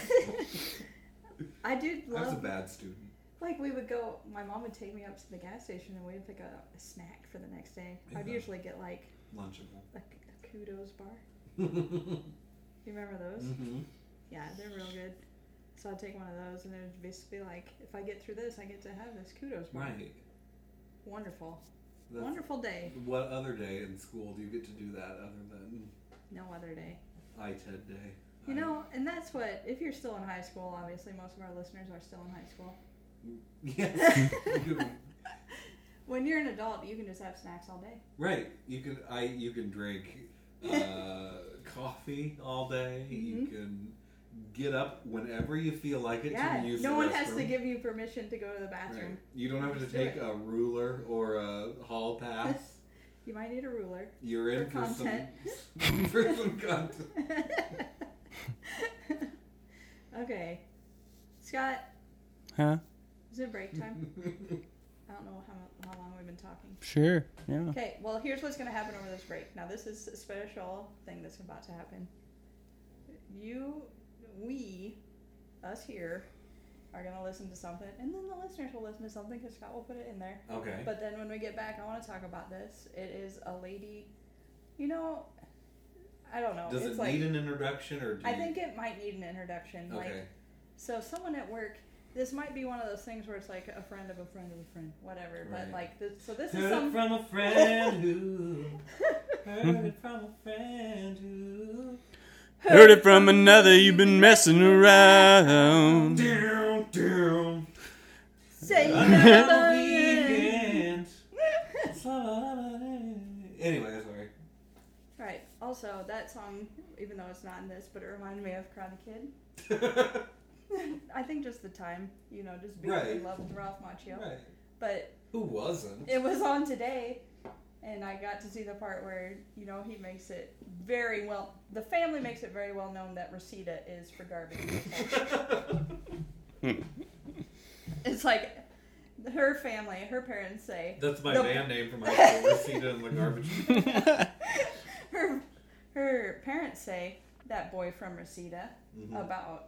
I did I was a bad student. Like we would go, my mom would take me up to the gas station and we'd pick up a snack for the next day. Yeah. usually get like Lunchable. Mm-hmm. a, a kudos bar. You remember those? Mm. Yeah, they're real good. So I'd take one of those, and it would basically be like, if I get through this, I get to have this kudos. bar. Right. Wonderful. That's- Wonderful day. What other day in school do you get to do that other than No other day. ITED day? You know, and that's what, if you're still in high school, obviously most of our listeners are still in high school. Yes. you can, When you're an adult, you can just have snacks all day. right. You can. I. You can drink uh, coffee all day. You Mm-hmm. can get up whenever you feel like it. Yeah, To use no the one has to restroom. give you permission to go to the bathroom. Right. You don't have to Just do take it. a ruler or a hall pass. You might need a ruler. You're in For for, content. some for some content. okay. Scott, Huh? is it break time? I don't know how, mu- how long we've been talking. Sure. Yeah. Okay, well, here's what's going to happen over this break. Now, this is a special thing that's about to happen. You, we, us here, are going to listen to something, and then the listeners will listen to something because Scott will put it in there. Okay. But then when we get back, I want to talk about this. It is a lady, you know, I don't know. Does it's it like, need an introduction or? Do I you- think it might need an introduction. Like, Okay. so someone at work, this might be one of those things where it's like a friend of a friend of a friend, whatever. But Right. like, this, so this is Heard some. it from a friend who. Heard it from a friend who. Heard it from another. You've been messing around. Down, down. Say Another nothing. weekend. anyway, sorry. Right. Also, that song, even though it's not in this, but it reminded me of Karate Kid. I think just the time, you know, just being Right. in love with Ralph Macchio. Right. But Who wasn't? it was on today, and I got to see the part where you know he makes it very well. The family makes it very well known that Reseda is for garbage. it's like her family, her parents say That's my The- band name for my school, Reseda and the Garbage. Mm-hmm. Men. her her parents say that boy from Reseda Mm. about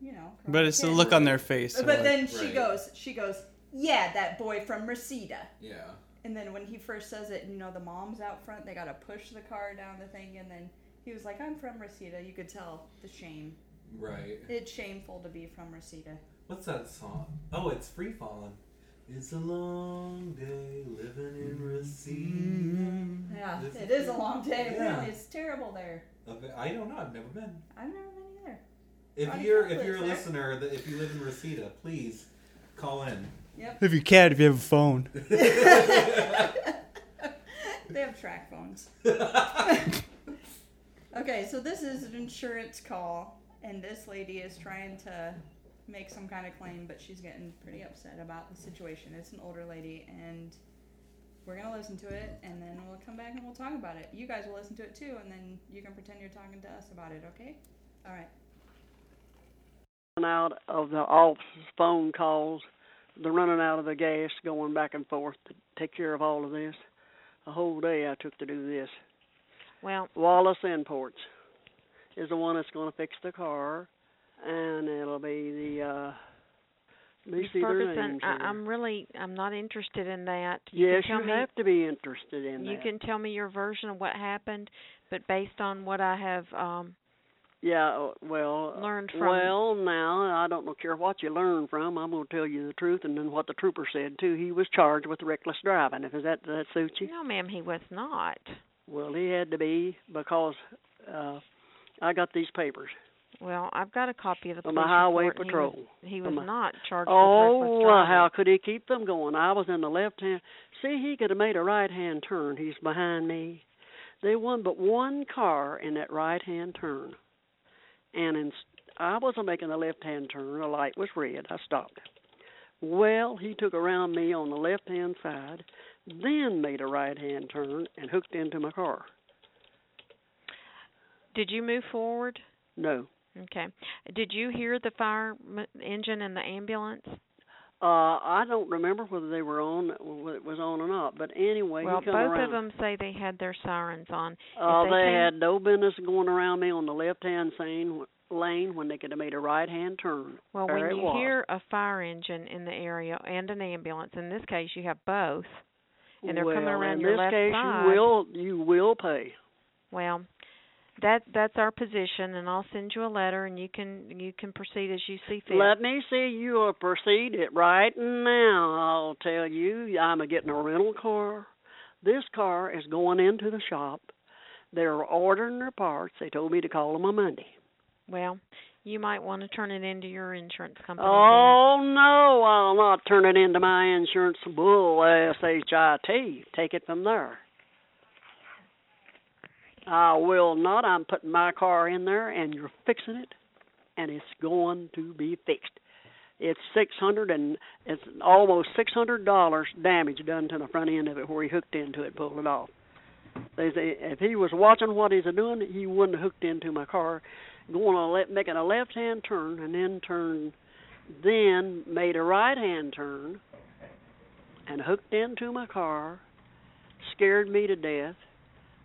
you know. But it's the Karate Kid. look on their face. of But like, then she right. goes, she goes, yeah, that boy from Reseda. Yeah. And then when he first says it, you know, the mom's out front. They got to push the car down the thing, and then he was like, "I'm from Reseda." You could tell the shame. Right. It's shameful to be from Reseda. What's that song? Oh, it's Free Falling. It's a long day living in Reseda. Yeah, This- it is a long day. Yeah. Really, it's terrible there. Okay, I don't know. I've never been. I've never been either. If Ronnie you're if Cochran's you're a there. listener, that if you live in Reseda, please call in. if you can, if you have a phone. They have track phones. okay, so this is an insurance call, and this lady is trying to make some kind of claim, but she's getting pretty upset about the situation. It's an older lady, and we're gonna listen to it, and then we'll come back and we'll talk about it. You guys will listen to it too, and then you can pretend you're talking to us about it, okay? All right. running out of the office phone calls. They're running out of the gas, going back and forth to take care of all of this. A whole day I took to do this. Well, Wallace Imports is the one that's going to fix the car, and it'll be the uh, Miss Lucy Ferguson, I, I'm really I'm not interested in that. You Yes, can you tell me, have to be interested in You that. can tell me your version of what happened, but based on what I have, um, Yeah, uh, well, Learned from- Well, now I don't know care what you learn from. I'm going to tell you the truth, and then what the trooper said too. He was charged with reckless driving. If is that does that suit you? no, ma'am, he was not. Well, he had to be because uh I got these papers. Well, I've got a copy of the From police a highway report, and he was- patrol. He was, From a- not charged with reckless Oh, well, driving. how could he keep them going? I was in the left hand. See, he could have made a right hand turn. He's behind me. They won but one car in that right hand turn, and in, I wasn't making a left hand turn. The light was red. I stopped. Well, he took around me on the left hand side, then made a right hand turn and hooked into my car. Did you move forward? No, Okay. Did you hear the fire m- engine and the ambulance? Uh, I don't remember whether they were on, whether it was on or not. But anyway, well, he both come around. of them say they had their sirens on. Uh, if they they came- had no business going around me on the left-hand lane, lane when they could have made a right-hand turn. Well, there when it you was. hear a fire engine in the area and an ambulance, in this case you have both, and they're coming Well, around in your this left case, side. you will you will pay. Well, that that's our position, and I'll send you a letter, and you can you can proceed as you see fit. Let me see you uh, proceed it right now. I'll tell you, I'm a getting a rental car. This car is going into the shop. They're ordering their parts. They told me to call them on Monday. well, you might want to turn it into your insurance company. then. Oh no, I'll not turn it into my insurance bull S H I T. Take it from there. I will not. I'm putting my car in there and you're fixing it and it's going to be fixed. It's six hundred and it's almost six hundred dollars damage done to the front end of it where he hooked into it, pulled it off. They say if he was watching what he's doing, he wouldn't have hooked into my car going on le- making a left hand turn and then turned then made a right hand turn and hooked into my car scared me to death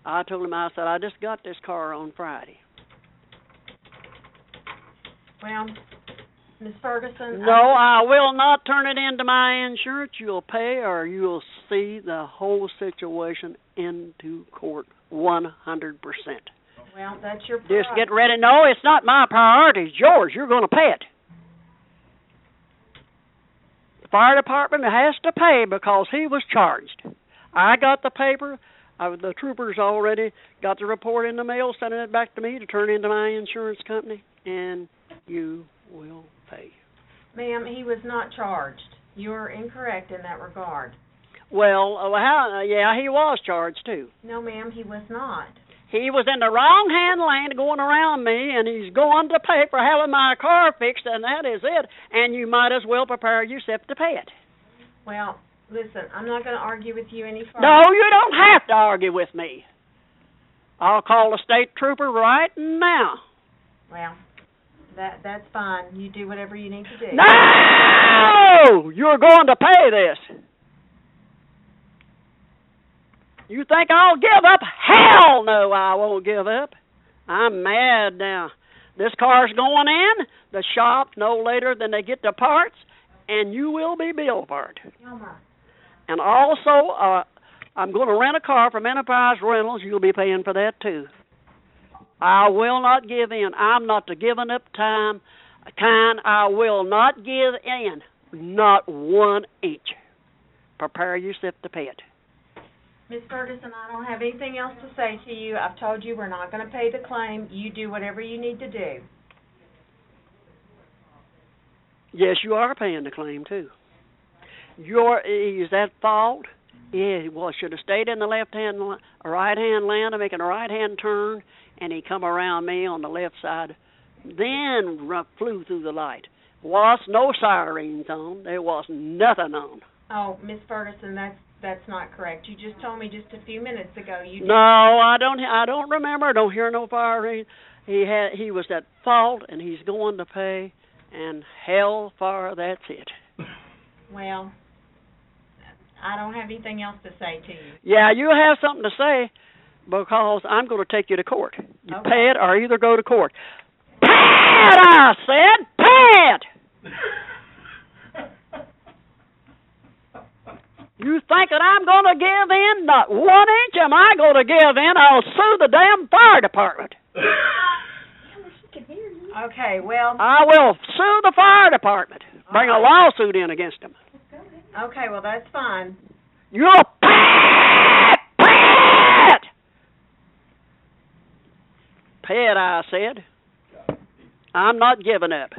i told him i said i just got this car on friday Well, Miss Ferguson. no i will not turn it into my insurance you'll pay or you'll see the whole situation into court one hundred percent well, that's your. just get ready no it's not my priority it's yours you're going to pay it The fire department has to pay because he was charged. I got the paper. I, the troopers already got the report in the mail, sending it back to me to turn into my insurance company, and you will pay. Ma'am, he was not charged. You are incorrect in that regard. Well, uh, how, uh, yeah, he was charged too. No, ma'am, he was not. He was in the wrong hand lane going around me, and he's going to pay for having my car fixed, and that is it. And you might as well prepare yourself to pay it. Well, listen, I'm not going to argue with you any further. No, you don't have to argue with me. I'll call the state trooper right now. Well, that that's fine. You do whatever you need to do. No! You're going to pay this. You think I'll give up? Hell no, I won't give up. I'm mad now. This car's going in, the shop no later than they get the parts, and you will be billed for it. Elmer, And also, uh, I'm going to rent a car from Enterprise Rentals. You'll be paying for that too. I will not give in. I'm not the giving up time kind. I will not give in, not one inch. Prepare yourself to pay it. Miss Ferguson, I don't have anything else to say to you. I've told you we're not going to pay the claim. You do whatever you need to do. Yes, you are paying the claim too. Your is that fault? Yeah, well, should have stayed in the left hand, right hand lane, and making a right hand turn, and he come around me on the left side, then ru- flew through the light. Was no sirens on. There was nothing on. Oh, Miss Ferguson, that's that's not correct. You just told me just a few minutes ago you No, I don't. I don't remember. I don't hear no firing. He had. He was at fault, and he's going to pay. And hell far, that's it. did. Well, I don't have anything else to say to you. Yeah, you have something to say because I'm going to take you to court. You Okay. pay it or either go to court. Pay it, I said. Pay it. You think that I'm going to give in? Not one inch am I going to give in. I'll sue the damn fire department. Okay, well, I will sue the fire department. Bring a lawsuit in against them. okay, well that's fine. You're a pet, pet. Pet, I said. I'm not giving up.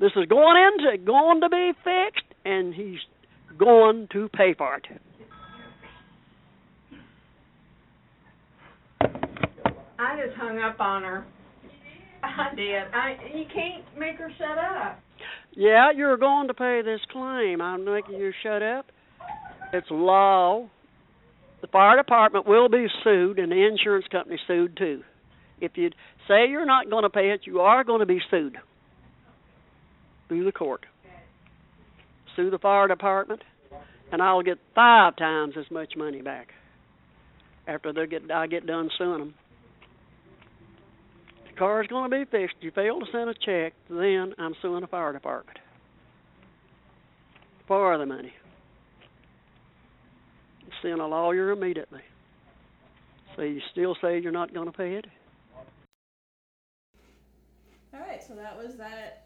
This is going into going to be fixed, and he's going to pay for it. I just hung up on her. I did. I you can't make her shut up. Yeah, you're going to pay this claim. I'm making you shut up. It's law. The fire department will be sued, and the insurance company sued too. If you say you're not going to pay it, you are going to be sued through the court. Sue the fire department, and I'll get five times as much money back after they get I get done suing them. The car's going to be fixed. You fail to send a check, then I'm suing the fire department for the money. Send a lawyer immediately. So you still say you're not going to pay it? All right, so that was that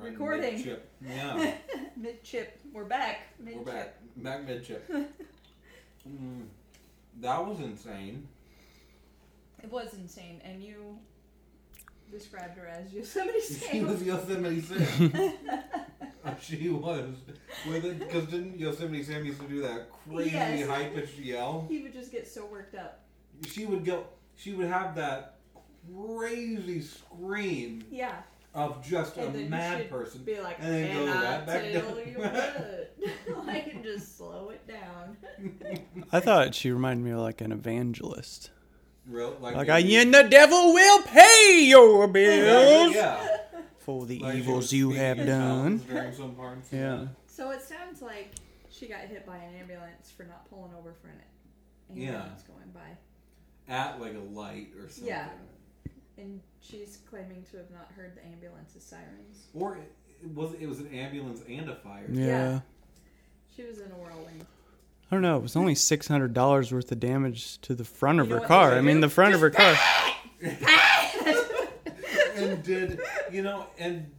Right, Recording. mid-chip. Yeah, mid chip. We're back. Mid we're back. Back mid chip. mm, that was insane. It was insane, and you described her as Yosemite She Sam. was Yosemite Sam. Oh, she was. With it, because didn't Yosemite Sam used to do that crazy Yes. high pitched yell? he would just get so worked up. She would go. She would have that crazy scream Yeah. of just And a then you mad should person, Be like, and then go to "Can I that back tell down. you what? like, just slow it down. I thought she reminded me of like an evangelist. Real- like, Like, I, and the devil will pay your bills yeah. for the Like she evils was you speaking have in done. tongues during some parts. Yeah. So it sounds like she got hit by an ambulance for not pulling over for an Yeah. ambulance going by. At like a light or something. Yeah. And she's claiming to have not heard the ambulance's sirens. Or it, it was it was an ambulance and a fire. Yeah. Yeah. She was in a whirlwind. I don't know. It was only six hundred dollars worth of damage to the front of You know her what car. they I mean, do? the front of her car. and did you know and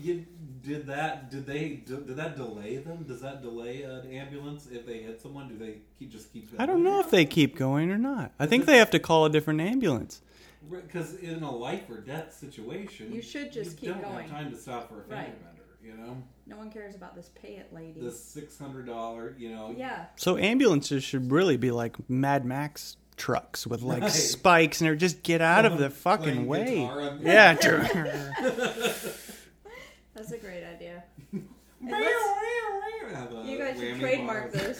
you did that did they did, did that delay them does that delay an ambulance if they hit someone do they keep, just keep I don't know if they keep going or not. I think they have to call a different ambulance. because in a life or death situation You should just you keep don't going. have time to stop for a fender Right. bender you know No one cares about this pay it lady. the $600 you know yeah. So ambulances should really be like Mad Max trucks with like Right. spikes and they're just get out of the Someone fucking way. playing guitar on- Yeah. true. That's a great idea. Meow, let's- meow, meow. Have a You guys should Uh, whammy trademark bar. this.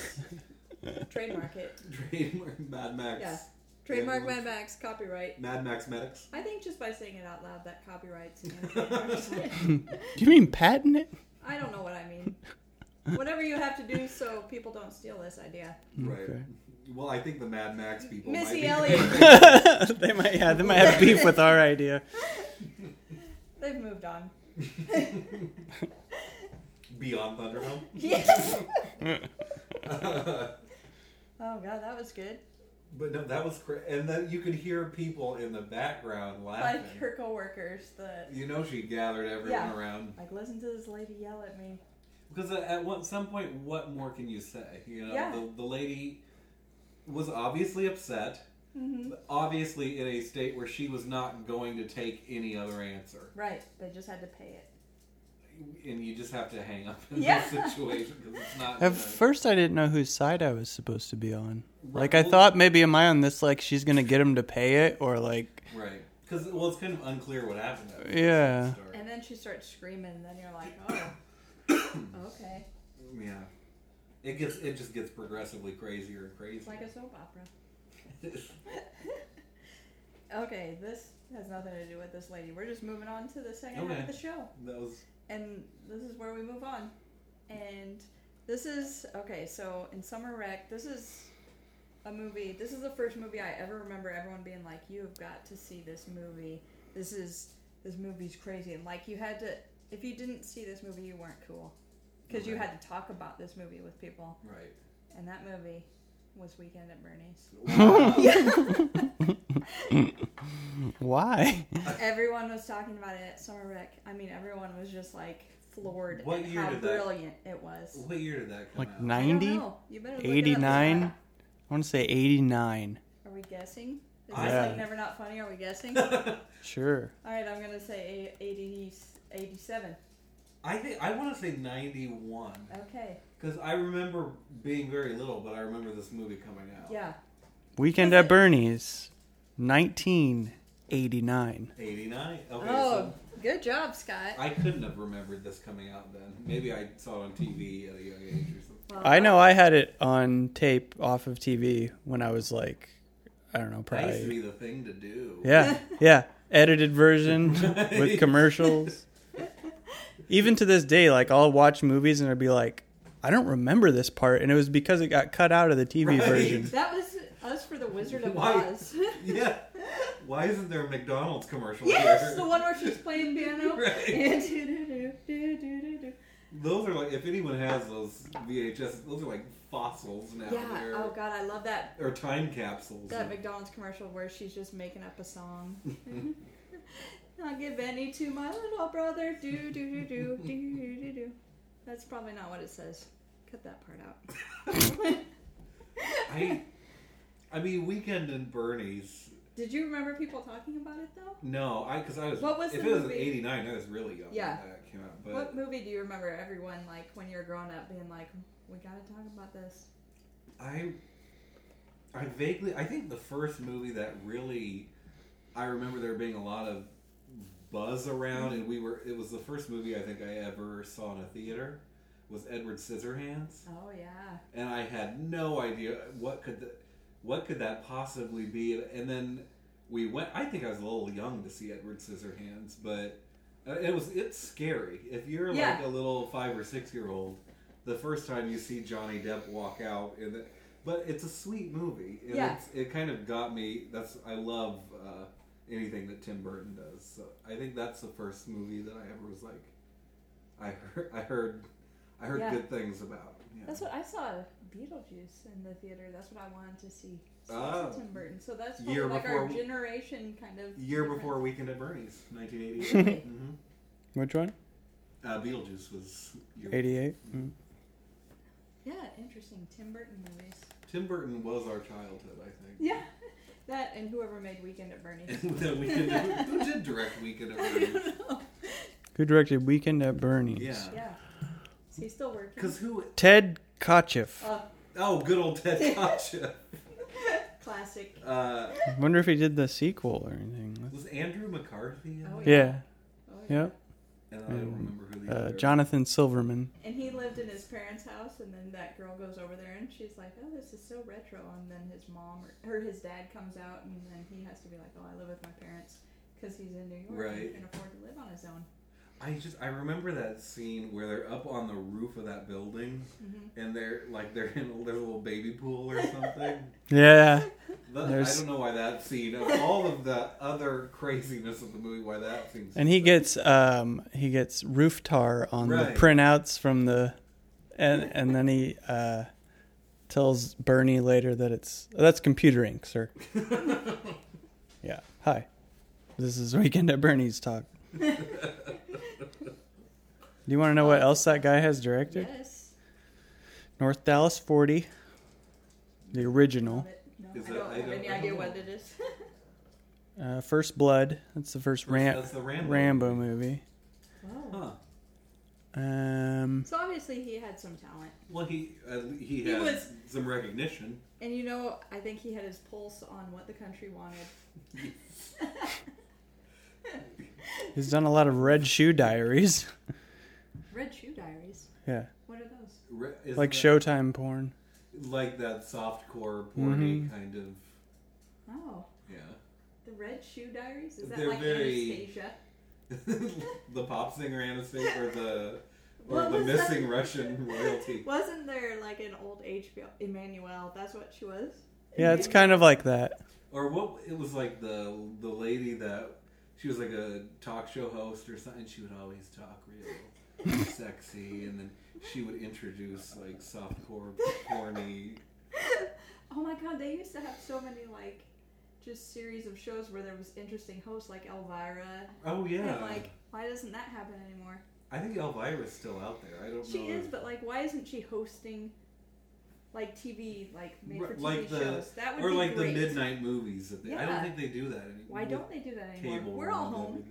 trademark it. trademark Mad Max Yeah. Trademark Ambulance. Mad Max, copyright. Mad Max Medics I think just by saying it out loud, that copyrights and trademarks it. Do you mean patent it? I don't know what I mean. Whatever you have to do so people don't steal this idea. right Okay. well I think the Mad Max people might Missy be- Elliott, they might. Yeah. They might have beef with our idea. they've moved on. Beyond Thunderdome Yes. oh god, that was good. But no, that was cra And then you could hear people in the background laughing. Like her coworkers, the you know, she gathered everyone Yeah. around. like listen to this lady yell at me. Because at, at one, some point, what more can you say? You know, Yeah. the, the lady was obviously upset, Mm-hmm. obviously in a state where she was not going to take any other answer. Right. They just had to pay it. And you just have to hang up in Yeah. this situation because it's not. At gonna- first, I didn't know whose side I was supposed to be on. Like, I Right. thought maybe am I on this? Like, she's gonna get him to pay it, or like, Right. Because, well, it's kind of unclear what happened. at the yeah. start. And then she starts screaming, and then you're like, Oh okay. Yeah. It gets it just gets progressively crazier and It's crazier. like a soap opera. okay, this has nothing to do with this lady. We're just moving on to the second half Okay. of the show. that was and this is where we move on. And this is okay. So in Summer Rec, this is a movie. This is the first movie I ever remember everyone being like, "You have got to see this movie. This is this movie's crazy." And like, you had to. If you didn't see this movie, you weren't cool because you Right. had to talk about this movie with people. right. And that movie was Weekend at Bernie's. Why? everyone was talking about it at Summer Rec. I mean, everyone was just like floored What at year how did that- brilliant it was. What year did that come Like out? I don't 90? know. You better look it up. 89? I want to say 89. Are we guessing? Is I- this Yeah. like never not funny? Are we guessing? All Sure. right, I'm gonna say a- 80, 87. I think I want to say '91 Okay, because I remember being very little, but I remember this movie coming out. yeah, Weekend at Bernie's, 1989. '89. Okay. Oh. So good job, Scott. I couldn't have remembered this coming out then. Maybe I saw it on TV at a young age or something. Oh, I know I had it on tape off of TV when I was like, I don't know, That used to probably. be the thing to do. Yeah, yeah. Edited version with commercials. Even to this day, like, I'll watch movies and I'll be like, I don't remember this part. And it was because it got cut out of the TV Right. version. That was us for the Wizard of Why- Oz. Yeah. Why isn't there a McDonald's commercial yes, here? the one where she's playing piano. Right. And do-do-do, do-do-do-do. Those are like, if anyone has those VHS, those are like fossils now. Yeah. They're- Oh God, I love that or time capsules. that McDonald's commercial where she's just making up a song. I'll give any to my little brother. Do do do do do do do do. That's probably not what it says. Cut that part out. I, I mean, Weekend in Bernie's. Did you remember people talking about it though? No, I because I was. What was if the it was movie? '89, I was really young. Yeah. when that came out. But What movie do you remember everyone like when you were growing up being like, we gotta talk about this? I, I vaguely, I think the first movie that really, I remember there being a lot of buzz around, and we were. It was the first movie I think I ever saw in a theater. Was Edward Scissorhands, Oh yeah. and I had no idea what could the, what could that possibly be. And then we went. I think I was a little young to see Edward Scissorhands, but uh, it was it's scary if you're Yeah. like a little five or six year old. The first time you see Johnny Depp walk out, and the, but it's a sweet movie. And Yeah. it's, it kind of got me. That's I love uh, anything that Tim Burton does. So I think that's the first movie that I ever was like, I heard, I heard, I heard Yeah. good things about. Yeah. That's what I saw Beetlejuice in the theater. That's what I wanted to see. So Oh. it's Tim Burton. So that's Year probably like our before- generation kind of Year difference. before Weekend at Bernie's, 1988. hmm Which one? Mm. uh, Beetlejuice was your, 88. Yeah, interesting. Tim Burton movies. Tim Burton was our childhood, I think. Yeah. That and whoever made Weekend at Bernie's. And then Weekend at, who did direct Weekend at Bernie's? Who directed Weekend at Bernie's? Yeah, Yeah. Is he still working? because who? Ted Kotcheff. Oh, good old Ted Gotcha. Classic. Uh, Wonder if he did the sequel or anything. was Andrew McCarthy? In Oh, it? Yeah. Oh, yeah. Yep. And I don't remember who the Uh, other- Jonathan Silverman. And he lived in his parents' house, and then that girl goes over there, and she's like, "Oh, this is so retro." And then his mom or, or his dad comes out, and then he has to be like, "Oh, I live with my parents because he's in New York and Right. he can afford to live on his own." I just I remember that scene where they're up on the roof of that building, Mm-hmm. and they're like they're in a their little baby pool or something. Yeah. The- I There's- don't know why that scene of all of the other craziness of the movie, why that scene. And he gets um he gets roof tar on Right. the printouts from the and and then he uh tells Bernie later that it's oh, that's computer ink, sir. yeah. Hi. This is Weekend at Bernie's talk. Do you want to know what else that guy has directed? Yes. North Dallas 40, the original. But no, Is I that- don't I have don't- any I don't idea know. what it is. Uh, First Blood. That's the first Ram- that's the Rambo Rambo movie. Whoa. Huh. Um, So obviously he had some talent, Well, he uh, he He had was- some recognition. and you know, I think he had his pulse on what the country wanted. he's done a lot of Red Shoe Diaries. Red Shoe Diaries. yeah. What are those? Re- isn't Like that- Showtime porn. like that softcore porny Mm-hmm. kind of Oh, yeah. the Red Shoe Diaries. Is that They're like very- Anastasia? the pop singer Anastasia or the or What the was missing that? Russian royalty. Wasn't there like an old HBO Emmanuel? That's what she was. Yeah, it's kind of like that. or what it was like the the lady that she was like a talk show host or something she would always talk real sexy and then she would introduce like softcore corny Oh my god, they used to have so many like just series of shows where there was interesting hosts like Elvira. oh yeah And like, why doesn't that happen anymore? i think elvira's still out there i don't She know is, but like, why isn't she hosting like TV, like made for if, TV like the shows? That would or be like great. the midnight movies that they, i don't Yeah. think they do that anymore Why don't they do that anymore? We're all home.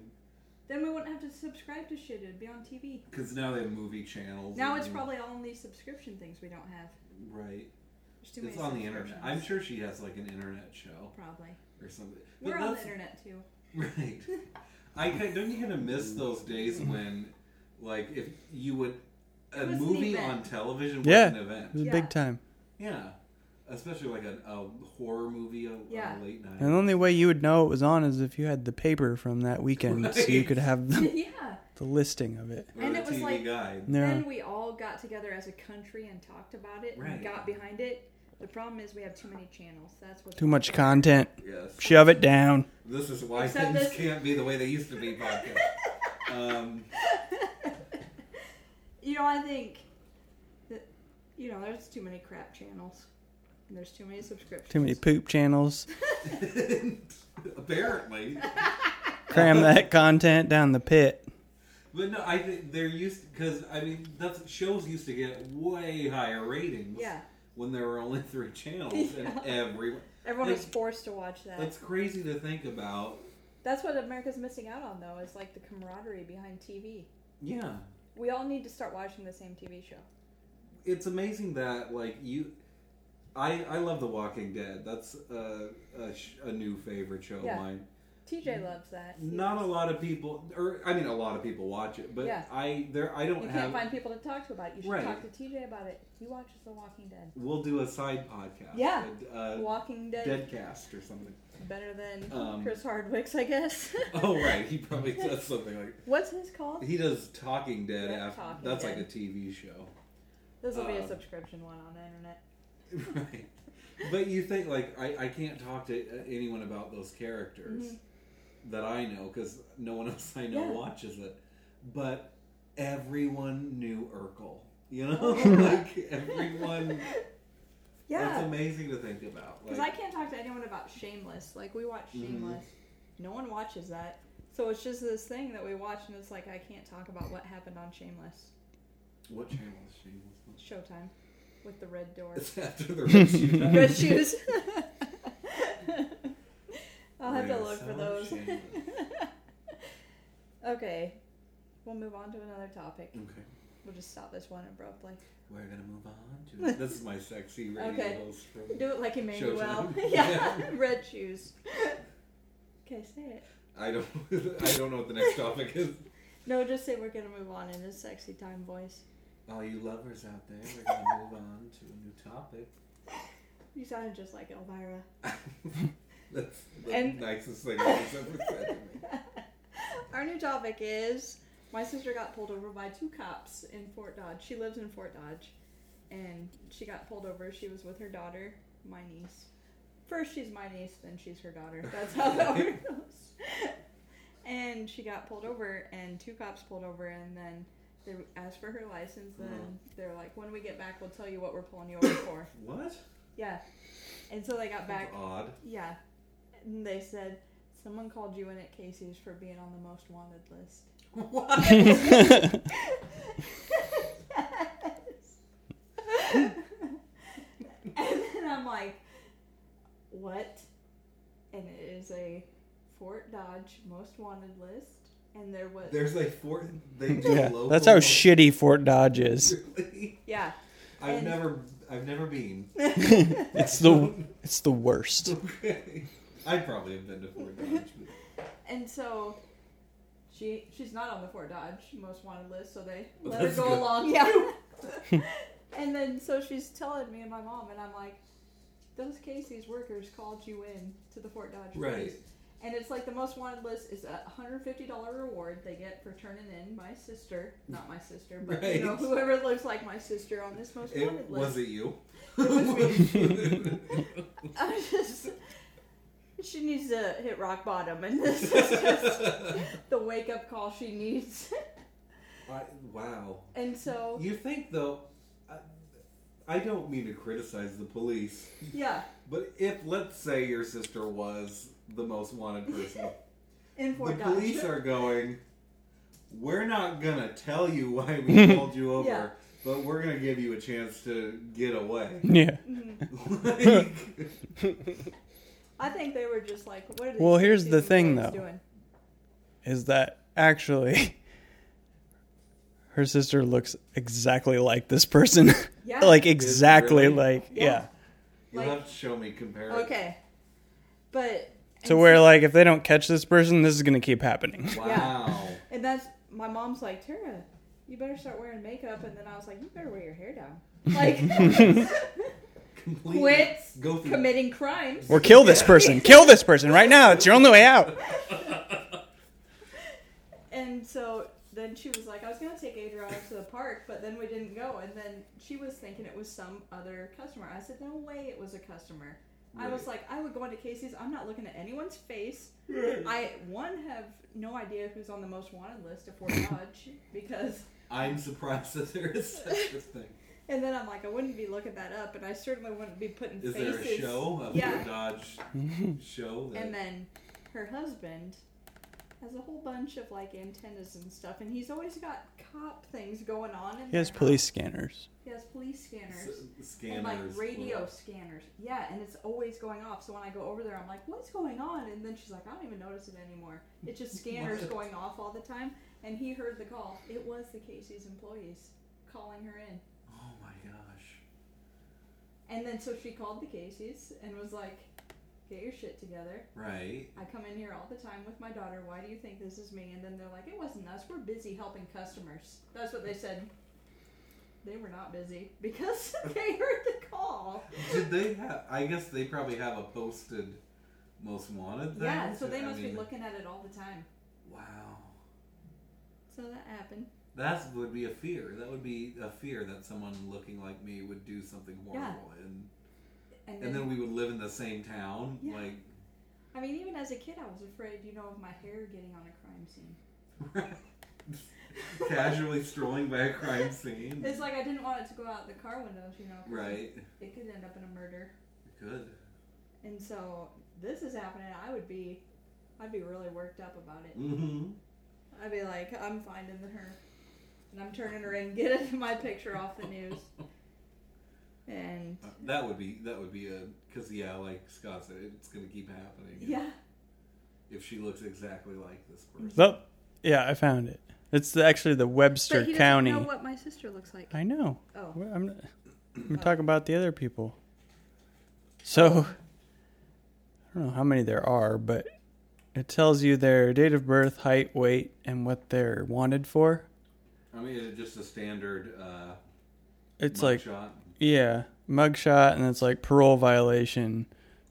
Then we wouldn't have to subscribe to shit. It'd be on TV. because now they have movie channels Now and- it's probably all in these subscription things we don't have. right There's too it's many on the internet i'm subscriptions. sure she has like an internet show Probably. or something But We're on the that's- internet too. Right. I kind don't you kind of miss those days Mm-hmm. when, like, if you would a was an movie event. on television was Yeah. an It was event. Yeah. big time. Yeah, especially like a, a horror movie on on Yeah. a late night. And the only way you would know it was on is if you had the paper from that weekend so you Right. could have the, yeah. the listing of it. or and a it was TV like- guide. Yeah. Then we all got together as a country and talked about it Right. and got behind it. The problem is we have too many channels. That's what. Too much content. Yes, Shove it down. this is why Except things this- can't be the way they used to be. Podcast. um, you know, I think that you know, there's too many crap channels. And there's too many subscriptions. Too many poop channels. Apparently, Cram that content down the pit. but no, I think they're used because I mean, that's, shows used to get way higher ratings. Yeah. When there were only three channels and everyone. Everyone Like, was forced to watch that. That's crazy to think about. That's what America's missing out on, though, is like the camaraderie behind TV. Yeah. We all need to start watching the same TV show. it's amazing that like you i i love the walking dead that's a, a, sh- a new favorite show Yeah. of mine TJ loves that. He- Mm-hmm. not a lot of people or i mean a lot of people watch it but Yeah. i there i don't you can't have find people to talk to about it. You should Right. talk to TJ about it. He watches The Walking Dead. we'll do a side podcast Yeah. a, uh Walking Dead deadcast or something better than Um, Chris Hardwick's, I guess. oh right he probably does something like What's his called? he does talking dead Yeah, after Talking that's Dead. like a tv show This will be a uh, subscription one on the internet. right but you think like I, I can't talk to uh, anyone about those characters that i know because no one else i know Mm-hmm. Yeah. watches it but everyone knew urkel you Oh. know like everyone that's Yeah, amazing to think about because I like Mm-hmm. can't talk to anyone about Shameless. Like we watch Shameless, no one watches that. So it's just this thing that we watch, and it's like I can't talk about what happened on Shameless what channel is shameless Showtime with the red door, it's after the rescue red shoes. I'll have to look for those. okay Okay, we'll move on to another topic. We'll just stop this one abruptly. we're gonna move on to this is my sexy radio Okay. host from Do it like Emmanuel. Showtime. yeah, red shoes. Okay, say it. i don't i don't know what the next topic is No, just say we're gonna move on in a sexy time voice. All you lovers out there, we're gonna move on to a new topic. You sounded just like Elvira. That's the And- nicest thing anyone's ever said to me. Our new topic is my sister got pulled over by two cops in Fort Dodge. She lives in Fort Dodge, and she got pulled over. She was with her daughter, my niece. First, she's my niece, then she's her daughter. That's how that works. and she got pulled over, and two cops pulled over, and then they asked for her license. Then they're like, "When we get back, we'll tell you what we're pulling you over for." What? Yeah. And so they got back. That's odd. Yeah. And they said, someone called you in at Casey's for being on the most wanted list. Yes. and then I'm like, what? And it is a Fort Dodge most wanted list. And there was. There's a fort. They do Yeah, local. that's how shitty Fort Dodge is. yeah. I've And- never, I've never been. It's the it's the worst. Okay. I probably have been to Fort Dodge. but- And so she she's not on the Fort Dodge most wanted list, so they Well, let her that's go good. along. Yeah. and then so she's telling me and my mom, and I'm like, those Casey's workers called you in to the Fort Dodge. Right. police." And it's like the most wanted list is a hundred fifty dollar reward they get for turning in my sister, not my sister, but you know Right. whoever looks like my sister on this most It wanted list. was it you? I'm just. She needs to hit rock bottom, and this is just the wake up call she needs. I, wow. And so, You think though? I, I don't mean to criticize the police. yeah, But if let's say your sister was the most wanted person, in the Fort Dodge. police are going, we're not gonna tell you why we pulled you over, Yeah. but we're gonna give you a chance to get away. Yeah. Like, I think they were just like, what are these Well, here's the Casey's thing, boys though. Doing? Is that actually her sister looks exactly like this person. Yeah. like exactly really? like yeah. Yeah. you'll Like- have to show me compare. it. Okay, but To where like if they don't catch this person, this is gonna keep happening. Wow. and that's my mom's like, Tara, you better start wearing makeup. And then I was like, you better wear your hair down. Like, Completely quit Go through. committing crimes. Or kill this person. Kill this person right now. It's your only way out. And so then she was like, I was gonna take Adriana to the park, but then we didn't go. And then she was thinking it was some other customer. I said, No way, it was a customer. I was like, I would go into Casey's. I'm not looking at anyone's face. I one have no idea who's on the most wanted list of Fort Dodge because I'm surprised that there is such a thing. And then I'm like, I wouldn't be looking that up, and I certainly wouldn't be putting Is faces. there a show, a Yeah. Fort Dodge show? That, And then her husband has a whole bunch of like antennas and stuff, and he's always got cop things going on. In He has their police house. scanners. He has police scanners. s- and scanners like for- radio scanners. Yeah, and it's always going off. So when I go over there, I'm like, "What's going on?" And then she's like, "I don't even notice it anymore. It's just scanners What? going off all the time." And he heard the call. It was the Casey's employees calling her in. Oh my gosh. And then so she called the Casey's and was like, "Get your shit together. Right. I come in here all the time with my daughter. Why do you think this is me?" And then they're like, "It wasn't us. We're busy helping customers." That's what they said. They were not busy because they heard the call. Did they have? I guess they probably have a posted most wanted. Thing. Yeah, so they I must be mean, looking at it all the time. Wow, So that happened. that would be a fear. That would be a fear that someone looking like me would do something horrible, and And then, and then we would live in the same town. Yeah. Like, I mean, even as a kid, I was afraid, you know, of my hair getting on a crime scene. casually strolling by a crime scene. It's like I didn't want it to go out the car windows, you know. 'cause Mm-hmm. right. It could end up in a murder. Good. And so this is happening. I would be, I'd be really worked up about it. Mm-hmm. I'd be like, I'm finding her, and I'm turning her in, getting my picture off the news. And Uh, That would be that would be a because yeah, like Scott said, it's gonna keep happening. yeah, If she looks exactly like this person. Oh, yeah, I found it. It's the, actually the Webster but he doesn't County. know what my sister looks like. I know. Oh. Well, I'm, I'm talking about the other people. So, I don't know how many there are, but it tells you their date of birth, height, weight, and what they're wanted for. I mean, is it just a standard? uh It's like, mugshot? yeah, mugshot, and it's like parole violation,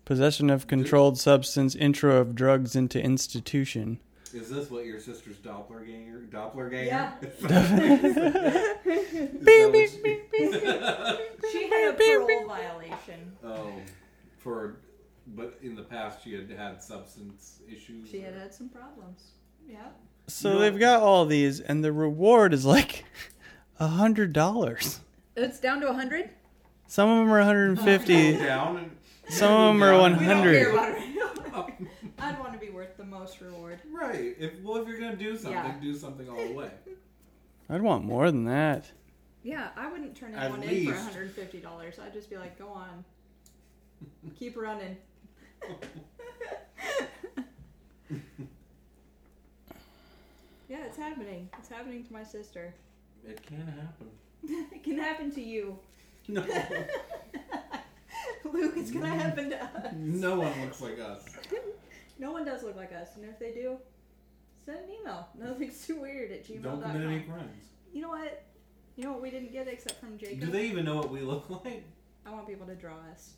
possession of controlled substance, intro of drugs into institution. Is this what your sister's doppelganger? Doppelganger? Yeah. Is that what she- She had a parole violation. Oh, for but in the past she had had substance issues. She had or- had some problems. Yeah. So they've got all these, and the reward is like a hundred dollars. It's down to 100? Some of them are 150. down and oh, Some of them are We don't 100. care about it. I'd want to be worth the most reward. right. If well, if you're gonna do something, Yeah. do something all the way. I'd want more than that. Yeah, I wouldn't turn At anyone in least. for $150. I'd just be like, go on. Keep running. yeah, it's happening. It's happening to my sister. It can happen. It can happen to you. No, Luke, it's going to happen to us. no one looks like us. No one does look like us, and if they do, send an email. Nothing's too weird at Don't commit any gmail.com. crimes. You know what? You know what we didn't get except from Jacob? Do they even know what we look like? I want people to draw us.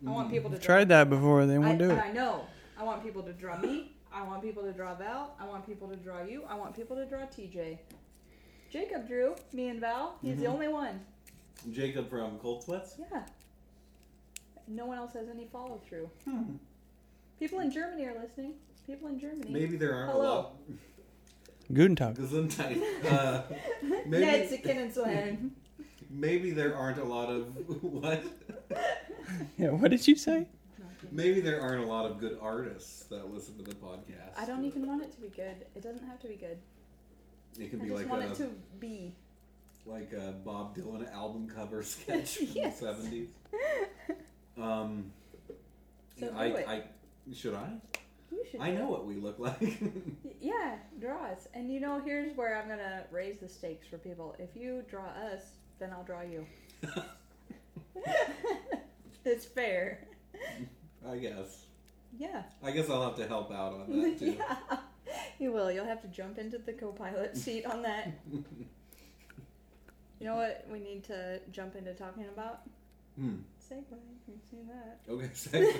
Mm-hmm. I want people to I've draw tried that before. They I, won't do and it. I know. I want people to draw me. I want people to draw Val. I want people to draw you. I want people to draw TJ. Jacob drew me and Val. He's Mm-hmm. the only one. Jacob from Cold Sweats. Yeah. No one else has any follow through. Hmm. People in Germany are listening. People in Germany. Maybe there aren't Hello. a lot. Guten Tag. Gesundheit. Uh, Ned, maybe, Sikin, and Swen. maybe there aren't a lot of what? Yeah, what did you say? Maybe there aren't a lot of good artists that listen to the podcast. I don't even want it to be good. It doesn't have to be good. It could I be just like want a it to be. like a Bob Dylan album cover sketch from Yes. the seventies. Um, So I, do it. I should I? You should. I know what we look like. Yeah, draw us. And you know, here's where I'm gonna raise the stakes for people. If you draw us, then I'll draw you. it's fair. I guess. Yeah. I guess I'll have to help out on that too. yeah. You will. You'll have to jump into the co-pilot seat on that. you know what we need to jump into talking about? Hmm. Segway. You've seen that. Okay,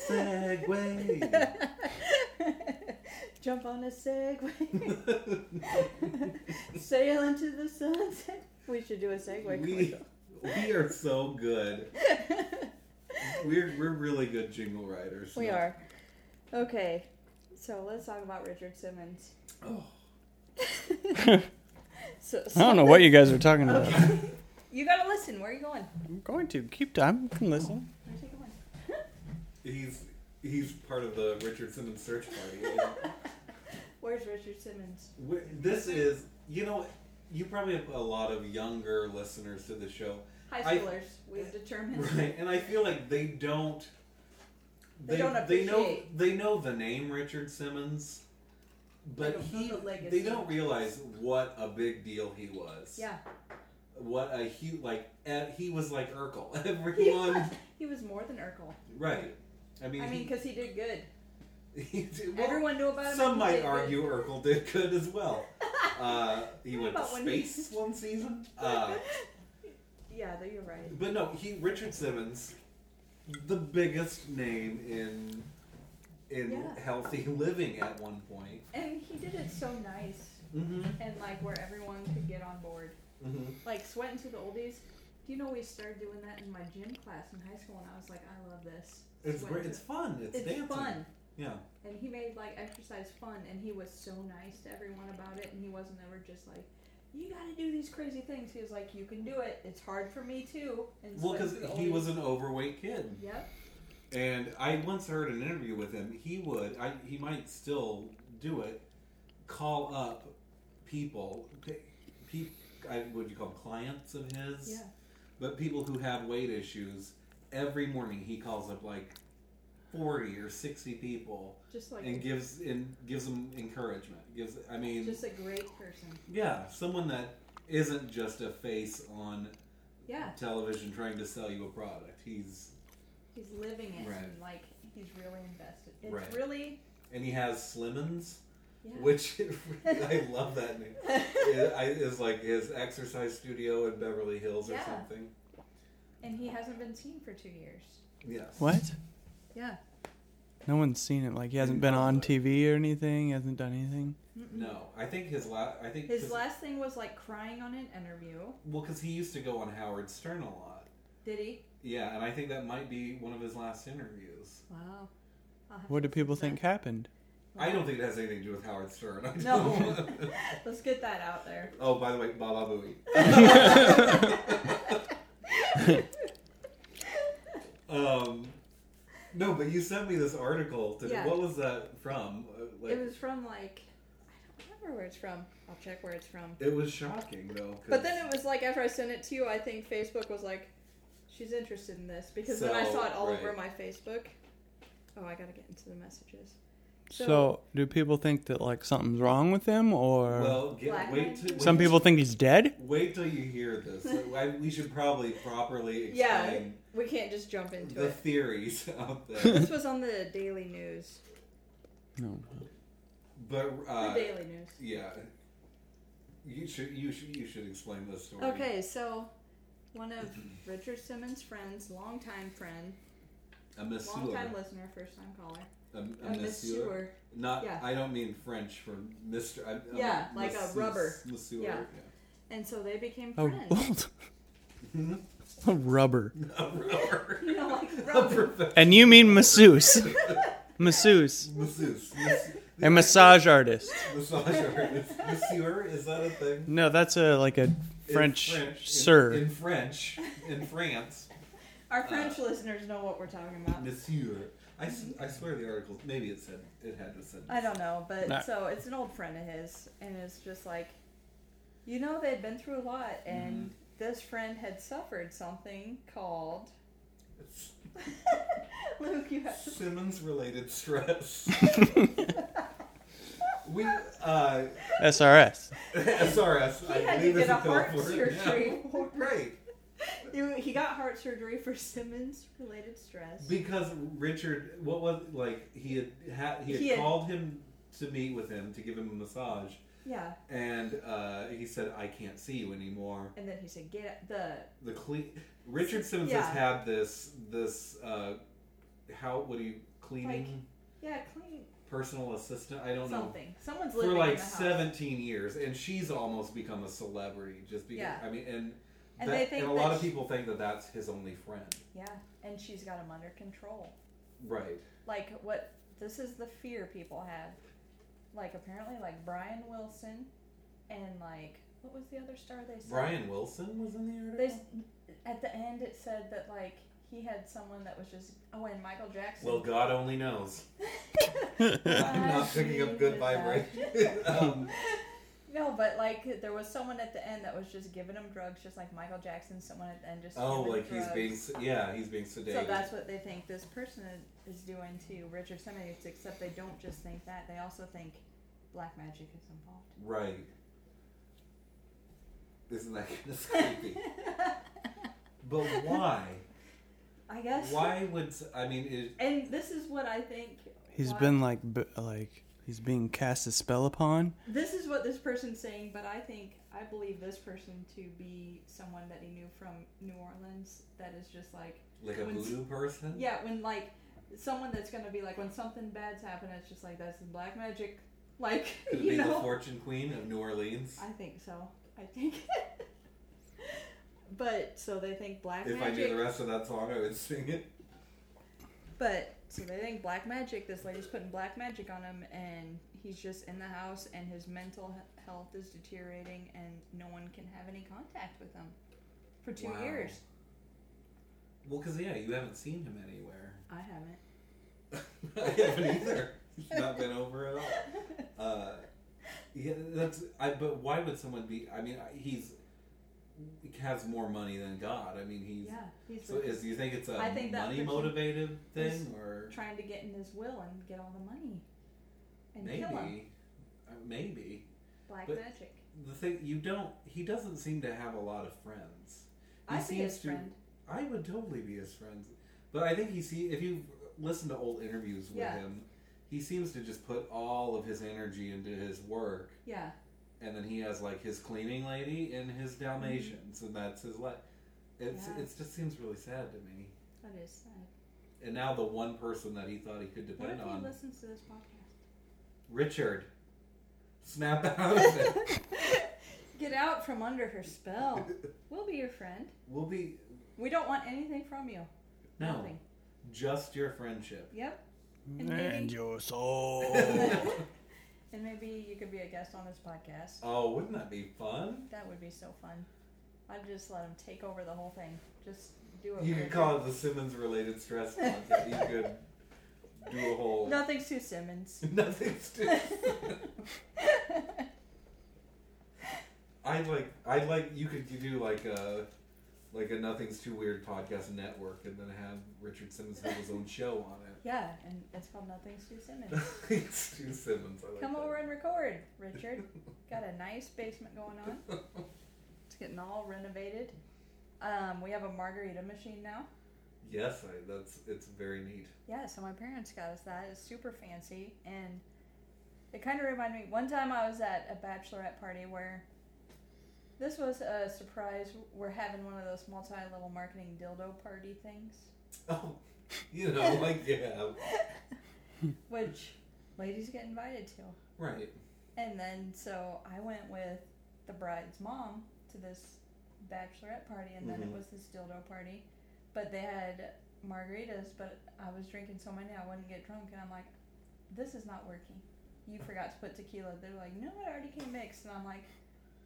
segue. segue. Jump on a Segway. Sail into the sunset. We should do a Segway we, commercial. we are so good. We're we're really good jingle writers. We are. Okay, so let's talk about Richard Simmons. Oh. So, I don't know what you guys are talking about. You gotta listen. Where are you going? I'm going to keep time. I can listen. Where are you taking one? He's he's part of the Richard Simmons search party. and Where's Richard Simmons? w- this is you know you probably have a lot of younger listeners to the show, High I- schoolers. we've determined. right? And I feel like they don't. They don't know appreciate. they know the name Richard Simmons, but don't know he the legacy. they don't realize what a big deal he was. Yeah. What a huge like eh, he was like Urkel. Everyone He was more than Urkel. right. I mean, I mean, he- because he did good. he did- well, Everyone knew about him. Some and he might did good. argue Urkel did good as well. Uh, he What went to about when he- space one season. Uh, Yeah, though you're right. but no, he Richard Simmons, the biggest name in in Yeah. healthy living at one point. And he did it so nice Mm-hmm. and like where everyone could get on board. Mm-hmm. Like sweating to the oldies. Do you know we started doing that in my gym class in high school, and I was like, I love this. It's Sweating great. to- It's fun. It's, it's dancing. fun. Yeah. And he made like exercise fun, and he was so nice to everyone about it, and he wasn't ever just like, you got to do these crazy things. He was like, you can do it. It's hard for me too. And Well, sweating because to the he oldies. was an overweight kid, Yep. and I once heard an interview with him. He would. I, he might still do it. Call up people. Pe- I, what do you call them? Clients of his. Yeah. But people who have weight issues, every morning he calls up like forty or sixty people Just like and gives and gives them encouragement. Gives I mean, just a great person. yeah, someone that isn't just a face on Yeah. television trying to sell you a product. He's He's living it Right. and like he's really invested. It's Right. really and he has Slimmins, yeah. which I love that name. It, I, it's like his exercise studio in Beverly Hills or Yeah. something. and he hasn't been seen for two years. Yes. What? Yeah. No one's seen it. Like he hasn't been on TV or anything. He hasn't done anything. No, I think his last. I think His 'cause- last thing was like crying on an interview. Well, because he used to go on Howard Stern a lot. Did he? Yeah, and I think that might be one of his last interviews. Wow. I'll have What to do people listen think happened? I don't think it has anything to do with Howard Stern. I No. don't- to that. Let's get that out there. oh, by the way, Baba Booey. um, no, but you sent me this article. To, Yeah. What was that from? Uh, Like, It was from like I don't remember where it's from. I'll check where it's from. it was shocking though. 'cause- But then it was like after I sent it to you, I think Facebook was like, "She's interested in this," because then I So, saw it all over right. my Facebook. Oh, I gotta get into the messages. So, So- do people think that like something's wrong with him, or well, Black get, wait. men. Till, some wait- people think he's dead? wait till you hear this. I, we should probably properly Yeah. explain We can't just jump into the it. theories out there. This was on the Daily News. No. but uh, the Daily News. yeah, you should you should you should explain this story. Okay, so one of Richard Simmons' friends, longtime friend, A masseur. longtime listener, first time caller, Oh, A, a a masseur. masseur. Not. Yeah. I don't mean French for Mister. I, I Yeah, mean like a masseuse- rubber. Masseur. Yeah. And so they became Oh, friends. Mm-hmm. a rubber. A rubber. You know, like A rubber. prof- And you mean masseuse? masseuse. masseuse. Mass- A massage artist. Massage artist. Masseur is that a thing? No, that's a like a In French, French sir. In, in French, in France, Our French listeners know what we're talking about. Monsieur. I, s- I swear the article. Maybe it said it had to said. I don't know, but Nah. so it's an old friend of his, and it's just like, you know, they'd been through a lot, and this friend had suffered something called. It's Luke, you have to. Simmons related stress. we uh, SRS. SRS. He I had to believe get is a the heart code word. Yeah. surgery. Right. You- He got heart surgery for Simmons related stress. Because Richard, what was like he had ha- he had He had- called him to meet with him to give him a massage, Yeah, and uh, he said, "I can't see you anymore." and then he said, "Get the The cle- Richard Simmons has Yeah. had this this uh, how what do you cleaning yeah clean personal assistant? I don't know something." Someone's for living in like the house. seventeen years, and she's almost become a celebrity just because. Yeah. I mean, and And that, they think and a that lot of she- people think that that's his only friend, Yeah, and she's got him under control. right? like what this is the fear people have like apparently like brian wilson and like What was the other star they said? Brian Wilson was in the They, article. s- at the end, it said that like he had someone that was just. Oh, and Michael Jackson. Well, God only knows. I'm I not picking up good hated that. vibration. um, No, but like there was someone at the end that was just giving him drugs, just like Michael Jackson. Someone at the end just. oh, giving like drugs. he's being s- yeah, he's being sedated. So that's what they think this person i- is doing to Richard Simmons, except they don't just think that; they also think black magic is involved. Right. Isn't that kind of creepy? but why? I guess. Why would s- I mean? It, And this is what I think. He's why- been like, b- like he's being cast a spell upon. This is what this person's saying, but I think I believe this person to be someone that he knew from New Orleans. That is just like like a when s- voodoo person? Yeah, when like someone that's gonna be like when something bad's happened, it's just like that's the black magic. Like Could it you be know. the fortune queen of New Orleans? I think so. I think. but so they think black if I magic. knew the rest of that song, I would sing it. But so they think black magic. This lady's putting black magic on him, and he's just in the house, and his mental he- health is deteriorating, and no one can have any contact with him for two Wow. years. Well, because yeah, you haven't seen him anywhere. I haven't. I haven't either. He's not been over at all. Uh, yeah, that's. I, but why would someone be? I mean, I- he's he has more money than God. I mean, he's. Yeah, he's So is do you think it's a I think that money person motivated is thing or trying to get in his will and get all the money and maybe? kill him. Uh, Maybe Black but- magic. the thing you don't. He doesn't seem to have a lot of friends. He I see his seems to- friend. I would totally be his friend, but I think he see if you listen to old interviews with Yeah. him, he seems to just put all of his energy into his work, Yeah. and then he has like his cleaning lady and his Dalmatians, and that's his life. It's Mm-hmm. Yeah. it just seems really sad to me. That is sad. And now the one person that he thought he could What if depend he on, listens to this podcast? Richard, snap out of it. Get out from under her spell. We'll be your friend. We'll be We don't want anything from you. no, Nothing. just your friendship. Yep. And maybe, your soul. and maybe you could be a guest on this podcast. Oh, wouldn't that be fun? That would be so fun. I'd just let him take over the whole thing. Just do it. You for could him. call it the Simmons related stress concept. You could do a whole Nothing's too Simmons. nothing's to I like I like you could you do like a like a nothing's too weird podcast network and then have Richard Simmons have his own show on it. yeah, and it's called Nothing's Too Simmons. Nothing's too Simmons. I like Come that. over and record, Richard. Got a nice basement going on. It's getting all renovated. Um, we have a margarita machine now. Yes, I, that's it's very neat. Yeah, so my parents got us that. It's super fancy, and it kind of reminded me. One time I was at a bachelorette party where this was a surprise. We're having one of those multi-level marketing dildo party things, Oh, you know, like yeah, which ladies get invited to. right. And then so I went with the bride's mom to this bachelorette party, and then Mhm. it was this dildo party. But they had margaritas, but I was drinking so many I wouldn't get drunk, and I'm like, this is not working. You forgot to put tequila. They're like, no, it already came mixed, and I'm like,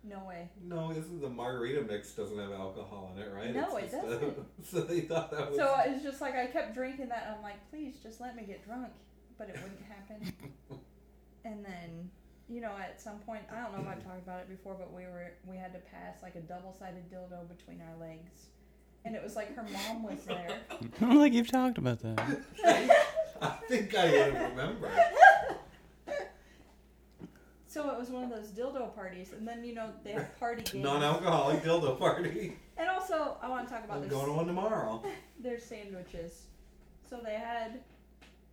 no way. No, this is the margarita mix doesn't have alcohol in it, right? No, It's it just, uh, doesn't. so they thought that was. So uh, it's just like I kept drinking that, and I'm like, please just let me get drunk, but it wouldn't happen. and then you know at some point i don't know if i've talked about it before but we were we had to pass like a double-sided dildo between our legs and it was like her mom was there I don't think you've talked about Oh, that. I think I would remember. so it was one of those dildo parties and then you know they have party games Non-alcoholic dildo party. and also i want to talk about I'm this going to one tomorrow. their sandwiches. So they had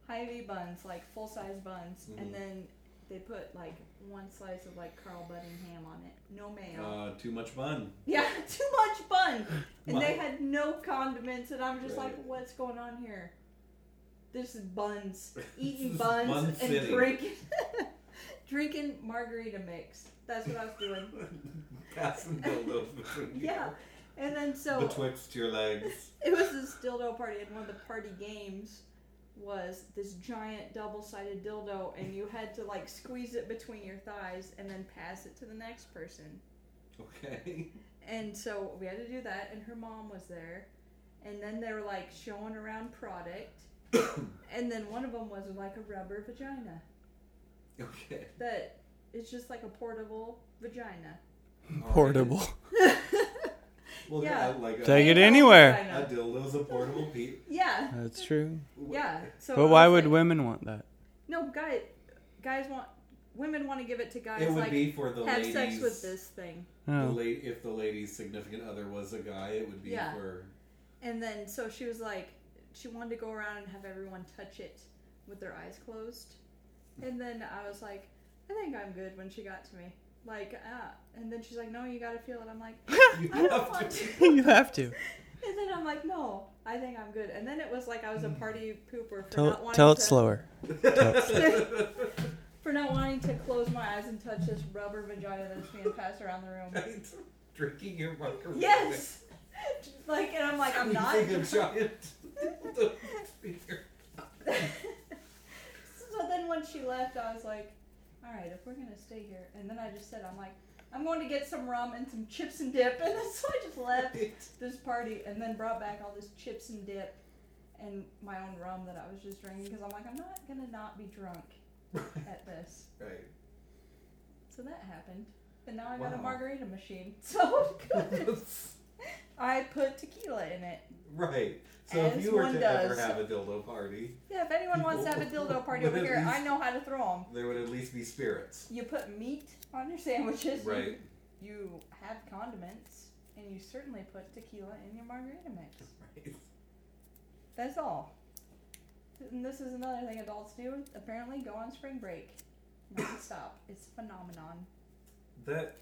Hy-Vee buns, like full size buns, Mhm. and then they put like one slice of like Carl Budding ham on it. No mayo. Uh, too much fun. yeah, too much bun. And My- they had no condiments, and I'm just like, Right. what's going on here? This is buns, eating This is buns bun and city. drinking, drinking margarita mix. That's what I was doing. Passing dildo between you. Yeah, and then so Betwixt your legs. it was this dildo party, and one of the party games was this giant double-sided dildo, and you had to like squeeze it between your thighs and then pass it to the next person. Okay. And so we had to do that, and her mom was there. And then they were like showing around product. and then one of them was like a rubber vagina Okay. that it's just like a portable vagina. All right. Portable. Well, Yeah. like a, Take it Portable anywhere. a vagina. dildo's a portable pe Yeah, That's true. yeah. So I But why was would like, women want that? no guy guys want women want to give it to guys It would like be for the have ladies. sex with this thing. The Oh. la- if the lady's significant other was a guy, it would be Yeah. for. And then so she was like, she wanted to go around and have everyone touch it with their eyes closed. And then I was like, I think I'm good when she got to me. Like, ah. And then she's like, no, you gotta feel it. I'm like, You I have don't to- want to. Oh. you have to. And then I'm like, no, I think I'm good. And then it was like I was a party pooper for Tell, not wanting tell it to, slower. for not wanting to close my eyes and touch this rubber vagina that's being passed around the room. Drinking your microphone. Yes. like, and I'm like, I'm not. Using a giant. dildo finger. so then when she left, I was like, all right, if we're gonna stay here, and then I just said, I'm like, I'm going to get some rum and some chips and dip, and then so I just left this party, and then brought back all this chips and dip, and my own rum that I was just drinking, because I'm like, I'm not gonna not be drunk at this. Right. So that happened, and now I got a Wow. margarita machine, so I'm good. I put tequila in it. Right. So if As you were one to ever does. have a dildo party, Yeah, if anyone wants to have a dildo party over But at here, I least- know how to throw them. there would at least be spirits. You put meat on your sandwiches. you- Right. You have condiments, and you certainly put tequila in your margarita mix. Right. That's all. And this is another thing adults do. Apparently, go on spring break nonstop. it's a phenomenon. That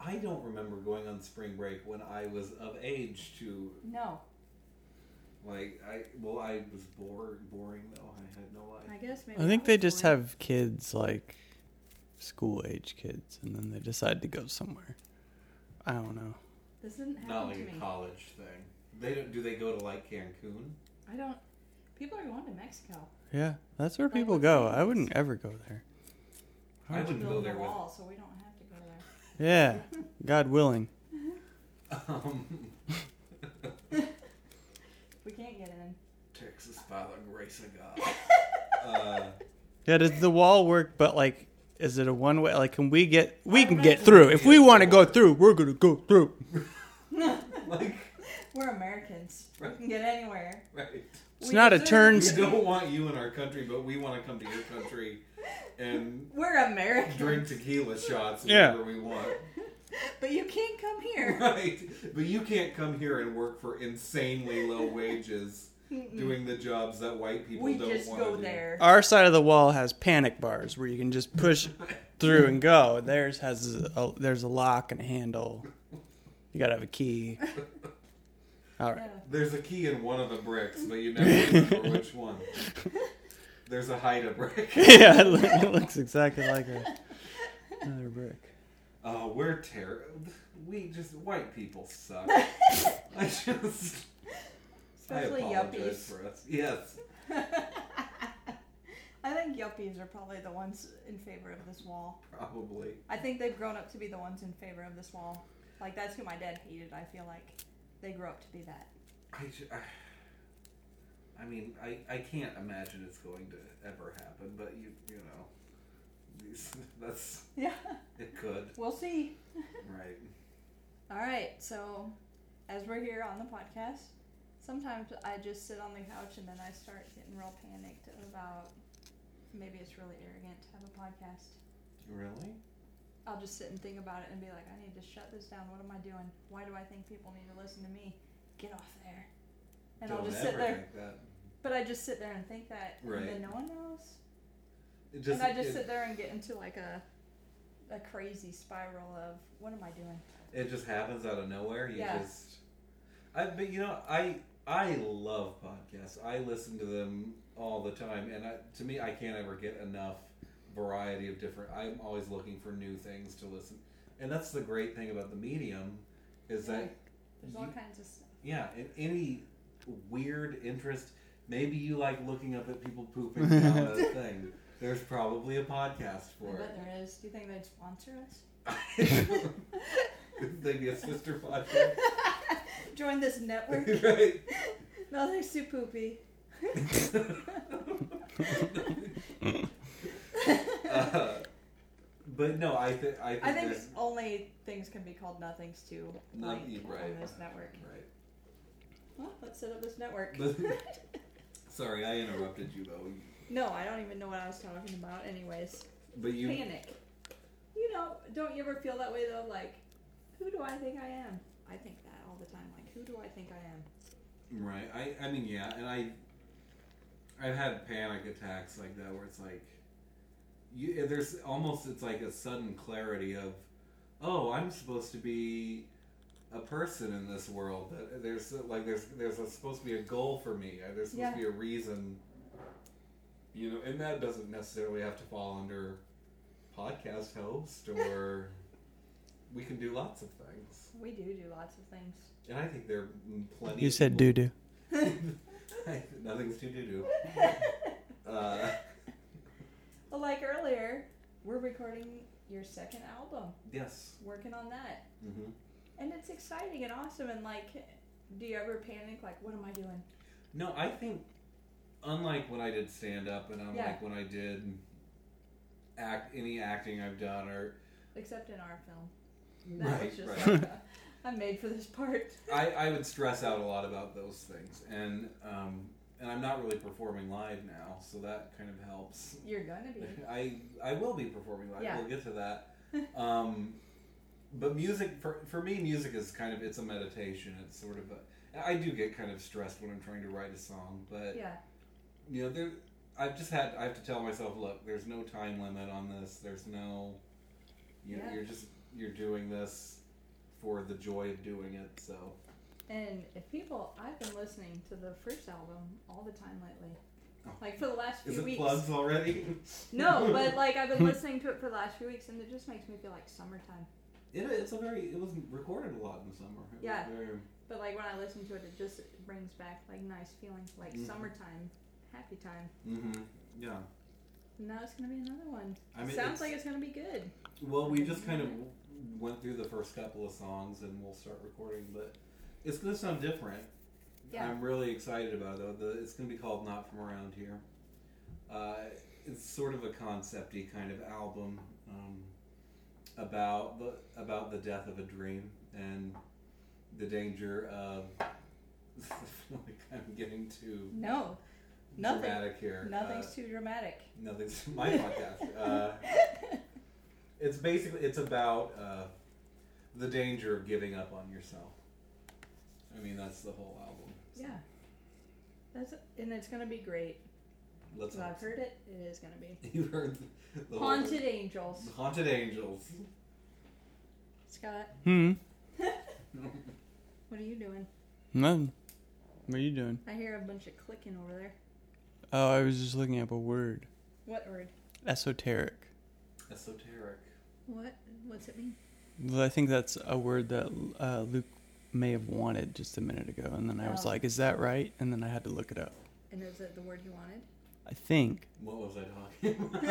I don't remember going on spring break when I was of age to No, like I well I was bored boring though I had no life. I guess maybe. I think was they just boring. have kids like school age kids, and then they decide to go somewhere. I don't know. This didn't happen Not to like me. a college thing. They don't. Do they go to like Cancun? I don't. People are going to Mexico. Yeah, that's where Right, people what's go. the I wouldn't ever go there. I wouldn't go Building there a with. wall, so we don't have to go there. Yeah, God willing. Um, We can't get in. Texas by the grace of God. Uh, Yeah, does the wall work? But like, is it a one way? Like, can we get? We can get through. If we want to go through, we're gonna go through. like We're Americans. Right. We can get anywhere. right. It's We not a deserve- turn. We don't want you in our country, but we want to come to your country and We're Americans. drink tequila shots Yeah. whenever we want. But you can't come here. Right. But you can't come here and work for insanely low wages doing the jobs that white people we don't just want go to there. Our side of the wall has panic bars where you can just push through and go. Theirs has a, there's a lock and a handle. You gotta have a key. All right. do. There's a key in one of the bricks, but you never remember which one. There's a hide a brick. Yeah, it, loo- it looks exactly like a, another brick. Uh, we're terrible. We just white people suck. I just Especially I apologize yuppies. for us. Yes, I think yuppies are probably the ones in favor of this wall. probably. I think they've grown up to be the ones in favor of this wall. Like that's who my dad hated. I feel like they grew up to be that. I, ju- I, I mean, I, I can't imagine it's going to ever happen, but you you know, these, that's Yeah. it could We'll see. right. All right. So, as we're here on the podcast, sometimes I just sit on the couch and then I start getting real panicked about maybe it's really arrogant to have a podcast. Really? I'll just sit and think about it and be like, I need to shut this down. What am I doing? Why do I think people need to listen to me? Get off there. And I'll Don't just ever sit there. think that. But I just sit there and think that, Right. and then no one knows. It and just, I just it, sit there and get into like a a crazy spiral of what am I doing? it just happens out of nowhere. You Yeah. just, I but you know I I love podcasts. I listen to them all the time, and I, to me, I can't ever get enough variety of different. I'm always looking for new things to listen, and that's the great thing about the medium, is that There's all you- kinds of stuff. yeah, in any weird interest, maybe you like looking up at people pooping down a thing. There's probably a podcast I for bet there is. Do you think they'd sponsor us? it. They'd be a sister podcast. Join this network. right? no, thanks to Poopy. Uh, but no, I, th- I think I think there's only things can be called nothings to Not- like, right. on this network. right. Well, let's set up this network. But- Sorry, I interrupted you though. no, I don't even know what I was talking about. Anyways, But you, panic. You know, don't you ever feel that way though? Like, who do I think I am? I think that all the time. Like, who do I think I am? Right. I, I mean, yeah, and I, I've had panic attacks like that where it's like, you eh, there's almost it's like a sudden clarity of, oh, I'm supposed to be a person in this world. That There's like there's there's a, supposed to be a goal for me. uh, There's supposed Yeah. to be a reason. You know, and that doesn't necessarily have to fall under podcast host or. We can do lots of things, We do do lots of things. and I think there are plenty. You of said people- doo doo. Nothing's too doo doo. Uh, Well, like earlier, we're recording your second album, yes. working on that, hmm and it's exciting and awesome. And like, do you ever panic? Like, what am I doing? No, I think unlike when I did stand up, and unlike Yeah. when I did act any acting I've done, or Except in our film, that was Right, just right. like, uh, I'm made for this part. I, I would stress out a lot about those things, and um, and I'm not really performing live now, so that kind of helps. You're gonna be. I I will be performing live. Yeah. We'll get to that. Um, but music for for me, music is kind of it's a meditation. It's sort of a I do get kind of stressed when I'm trying to write a song, but Yeah, you know there. I've just had I have to tell myself, look, there's no time limit on this. There's no, you know, Yeah. you're just you're doing this for the joy of doing it. So and if people, I've been listening to the first album all the time lately, Oh. like for the last few is it weeks. plugs already? No, but like I've been listening to it for the last few weeks, and it just makes me feel like summertime. It, it's a very it was recorded a lot in the summer. It was Yeah. very- But like when I listen to it, it just brings back like nice feelings, like Mhm. summertime, happy time. mhm, Yeah. And now it's gonna be another one. I mean, Sounds it's- like it's gonna be good. Well, we just kind of went through the first couple of songs, and we'll start recording. But it's going to sound different. Yeah. I'm really excited about it. though. The, it's going to be called "Not From Around Here." Uh, it's sort of a concepty kind of album um, about the about the death of a dream and the danger of. I feel like I'm getting too No, nothing. dramatic here. Nothing's Uh, too dramatic. Nothing's my podcast. Uh, it's basically it's about uh, the danger of giving up on yourself. I mean, that's the whole album. yeah. That's and it's gonna be great. Let's. So I've heard it. It is gonna be You heard the- the haunted angels. Whole, haunted angels. Scott, Hmm. what are you doing? None. What are you doing? I hear a bunch of clicking over there. Oh, I was just looking up a word. What word? Esoteric. Esoteric. What? What's it mean? Well, I think that's a word that uh, Luke may have wanted just a minute ago, and then I was Oh. like, "Is that right?" And then I had to look it up. And is it the word you wanted? I think. What was I talking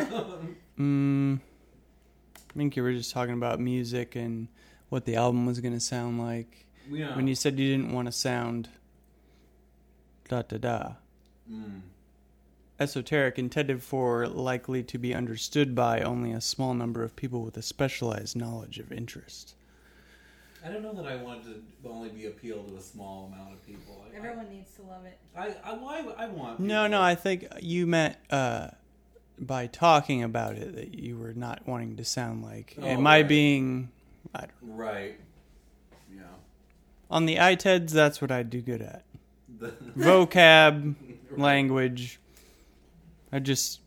about? Mm, I think you were just talking about music and what the album was going to sound like. yeah. When you said you didn't want to sound da da da. Hmm. Mm. Esoteric, intended for likely to be understood by only a small number of people with a specialized knowledge of interest. I don't know that I wanted to only be appealed to a small amount of people. I, Everyone needs to love it. I, I, why I want. No, people- no, I think you meant uh, by talking about it that you were not wanting to sound like. Oh, am I right. being. I don't, Right. Yeah. on the iTEDs, that's what I do good at. The, vocab, language. I just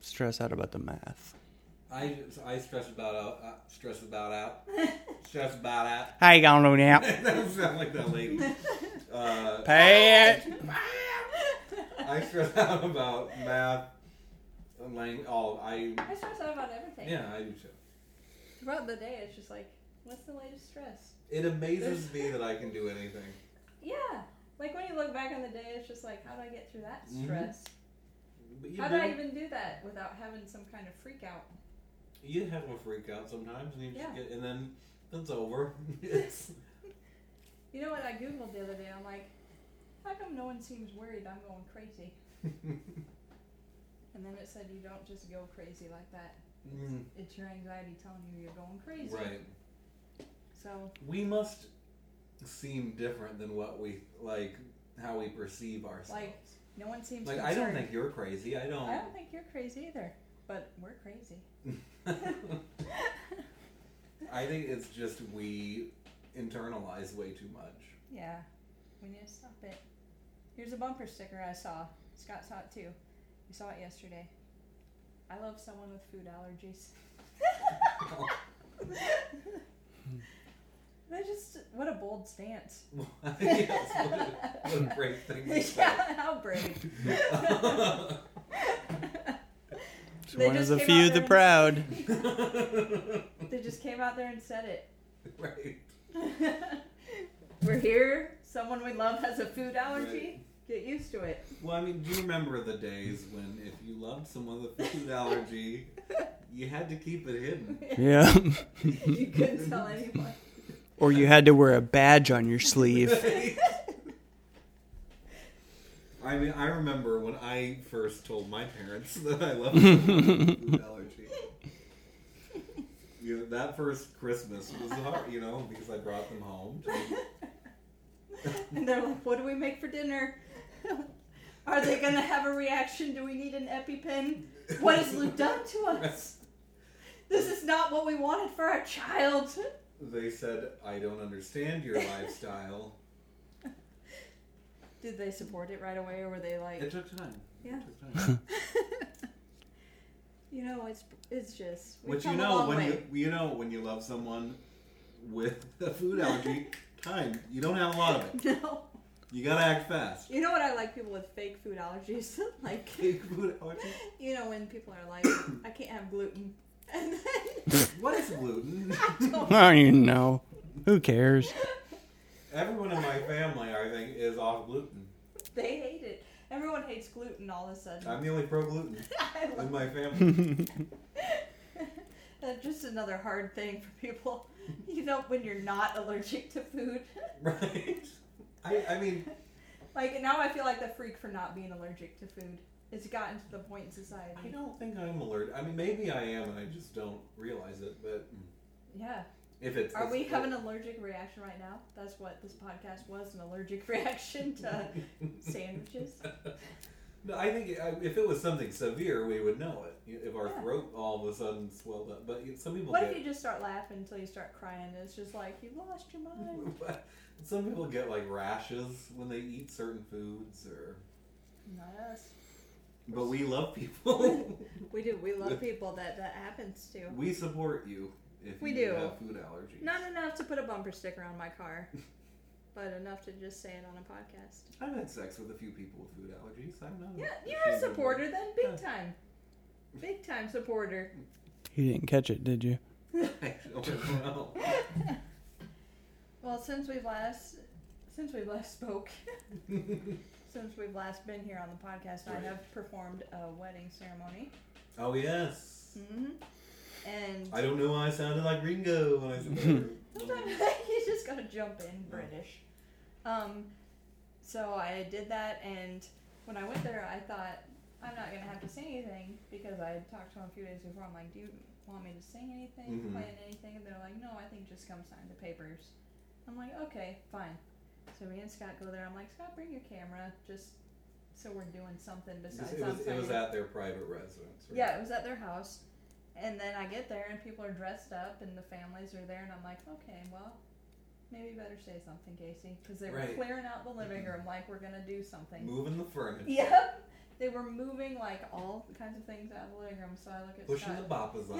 stress out about the math. I, I stress about out. Uh, stress about out. stress about out. How you gonna do now? that doesn't sound like that lady. Uh, Pay it. I stress out about math, and lang- all I I stress out about everything. yeah I do too. Throughout the day, it's just like, what's the latest stress? It amazes me that I can do anything. Yeah. Like when you look back on the day, it's just like, how do I get through that Mhm. stress? But you How do I do, even do that without having some kind of freak out? you have a freak out sometimes, and you just Yeah. get, and then That's over. You know what I googled the other day? I'm like, how come no one seems worried I'm going crazy? and then it said you don't just go crazy like that. Mm, It's your anxiety telling you you're going crazy. right. So We must seem different than what we like, how we perceive ourselves. Like, no one seems Like, I concerned. don't think you're crazy. I don't. I don't think you're crazy either, but we're crazy. I think it's just we internalize way too much. Yeah, we need to stop it. Here's a bumper sticker I saw. Scott saw it too. We saw it yesterday. I love someone with food allergies. That just what a bold stance. yes, what a, what a great thing to say. yeah, how brave. It's They one of just the came few, out the there- proud. They just came out there and said it. right. We're here. Someone we love has a food allergy. Get used to it. Well, I mean, do you remember the days when if you loved someone with a food allergy, you had to keep it hidden? Yeah. You couldn't tell anyone. or you had to wear a badge on your sleeve. I mean, I remember when I first told my parents that I loved someone with a food allergy. You know, that first Christmas was hard, you know, because I brought them home. To, And they're like, what do we make for dinner? Are they going to have a reaction? Do we need an EpiPen? What has Luke done to us? This is not what we wanted for our child. they said, "I don't understand your lifestyle." Did they support it right away or were they like, It took time. Yeah. It took time. you know, it's it's just, we've Which you come a know long when way. you, you know when you love someone with a food allergy, time. You don't have a lot of it. No. You gotta act fast. You know what I like people with fake food allergies? like, Fake food allergy. you know, when people are like, I can't have gluten. And then, What is gluten? I don't I don't even know. Who cares? Everyone in my family, I think, is off gluten. They hate it. Everyone hates gluten all of a sudden. I'm the only pro gluten I in love my family. that. Just another hard thing for people. You know, when you're not allergic to food. right. I, I mean, like, now I feel like the freak for not being allergic to food. It's gotten to the point in I society. don't think I'm allergic. I mean, maybe I am, and I just don't realize it. But Yeah. if it's Are it's- we having an allergic reaction right now? That's what this podcast was an allergic reaction to sandwiches. No, I think I- if it was something severe, we would know it. If our Yeah. throat all of a sudden swelled up, but some people What get if you just start laughing until you start crying and it's just like, you lost your mind? some people get like rashes when they eat certain foods, or Not us. but we love people. We do. We love people that that happens to. we support you if We you do. have food allergies. Not enough to put a bumper sticker on my car, but enough to just say it on a podcast. I've had sex with a few people with food allergies. I don't know. Yeah, if you're a she's supporter then, Yeah. big time. Big time supporter. You didn't catch it, did you? I don't know. Well, since we've last since we've last spoke, since we've last been here on the podcast, I Right. have performed a wedding ceremony. Oh yes. hmm And I don't know why I sounded like Ringo when I said that. Sometimes you just gotta jump in British. Um, so I did that, and when I went there, I thought I'm not gonna have to sing anything because I had talked to them a few days before. I'm like, "Do you want me to sing anything, Mhm. play in anything?" And they're like, "No, I think just come sign the papers." I'm like, "Okay, fine." So me and Scott go there. I'm like, "Scott, bring your camera, just so we're doing something besides." it was, it outside." was at their private residence. Right? Yeah, it was at their house. And then I get there and people are dressed up and the families are there and I'm like, okay, well, maybe you better say something, Casey, because they were Right. Mm-hmm. clearing out the living room like we're gonna do something. Moving the furniture. Yep. They were moving like all kinds of things out of the living room. So I look at Pushing the Scott. boppers on.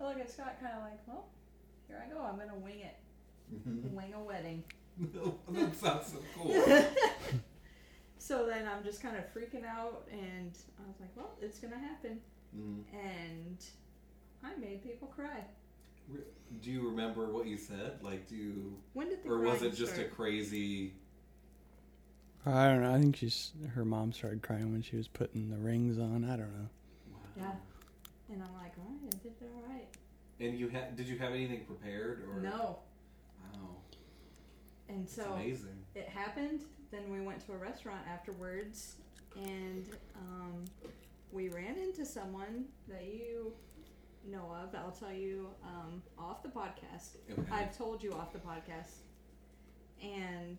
I look at Scott, kind of like, well, here I go. I'm gonna wing it, Mhm. wing a wedding. No, that sounds so cool. so then I'm just kind of freaking out, and I was like, well, it's gonna happen. Mm. And I made people cry. Re- Do you remember what you said? Like, do you, When did the or was crying it just a start? crazy? I don't know. I think she's her mom started crying when she was putting the rings on. I don't know. Yeah. And I'm like, all right, I did all right. And you ha- did you have anything prepared or No. Wow, And so it's amazing. it happened. Then we went to a restaurant afterwards, and um, we ran into someone that you know of. I'll tell you um, off the podcast. Okay. I've told you off the podcast. And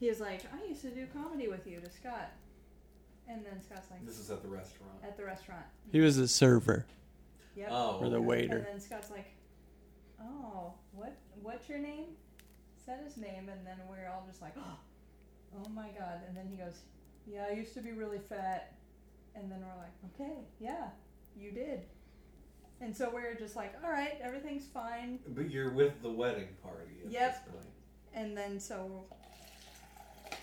he was like, I used to do comedy with you to Scott. And then Scott's like, This is at the restaurant. at the restaurant. He was the server Yep. Oh, or the And waiter. then Scott's like, "Oh, what? What's your name?" Said his name, and then we're all just like, "Oh my god!" And then he goes, "Yeah, I used to be really fat," and then we're like, "Okay, yeah, you did." And so we're just like, "All right, everything's fine." but you're with the wedding party. At Yep. This point. And then so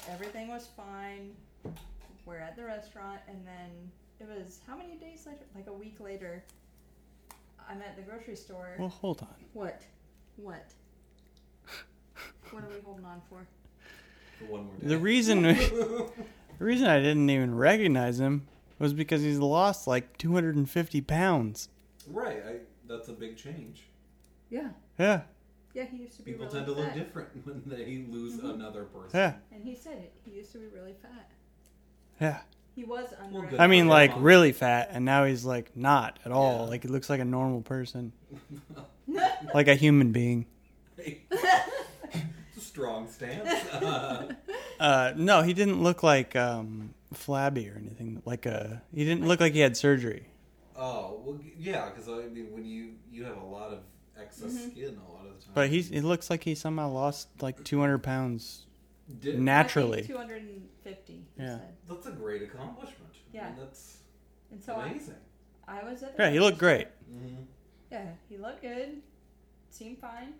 everything was fine. We're at the restaurant, and then it was how many days later? Like a week later. I'm at the grocery store. Well, hold on. What? What? What are we holding on for? The one more day. The reason the reason I didn't even recognize him was because he's lost like 250 pounds. right. I, that's a big change. Yeah. Yeah, Yeah, he used to be People really tend to look fat. different when they lose Mm-hmm. another person. yeah, And he said it. He used to be really fat. yeah. He was under. good. I mean, like really fat, and now he's like not at all. Yeah. Like he looks like a normal person, like a human being. it's a strong stance. Uh, Uh, no, he didn't look like um, flabby or anything. Like a he didn't look like he had surgery. oh well, yeah. Because I mean, when you you have a lot of excess Mm-hmm. skin a lot of the time. But he's, he looks like he somehow lost like 200 pounds Did- naturally. Two hundred and fifty. Yeah. Said. that's a great accomplishment. I Yeah. mean, that's And so I, amazing. I was at. the Yeah, he looked grocery great. store. Yeah, he looked good. Seemed fine.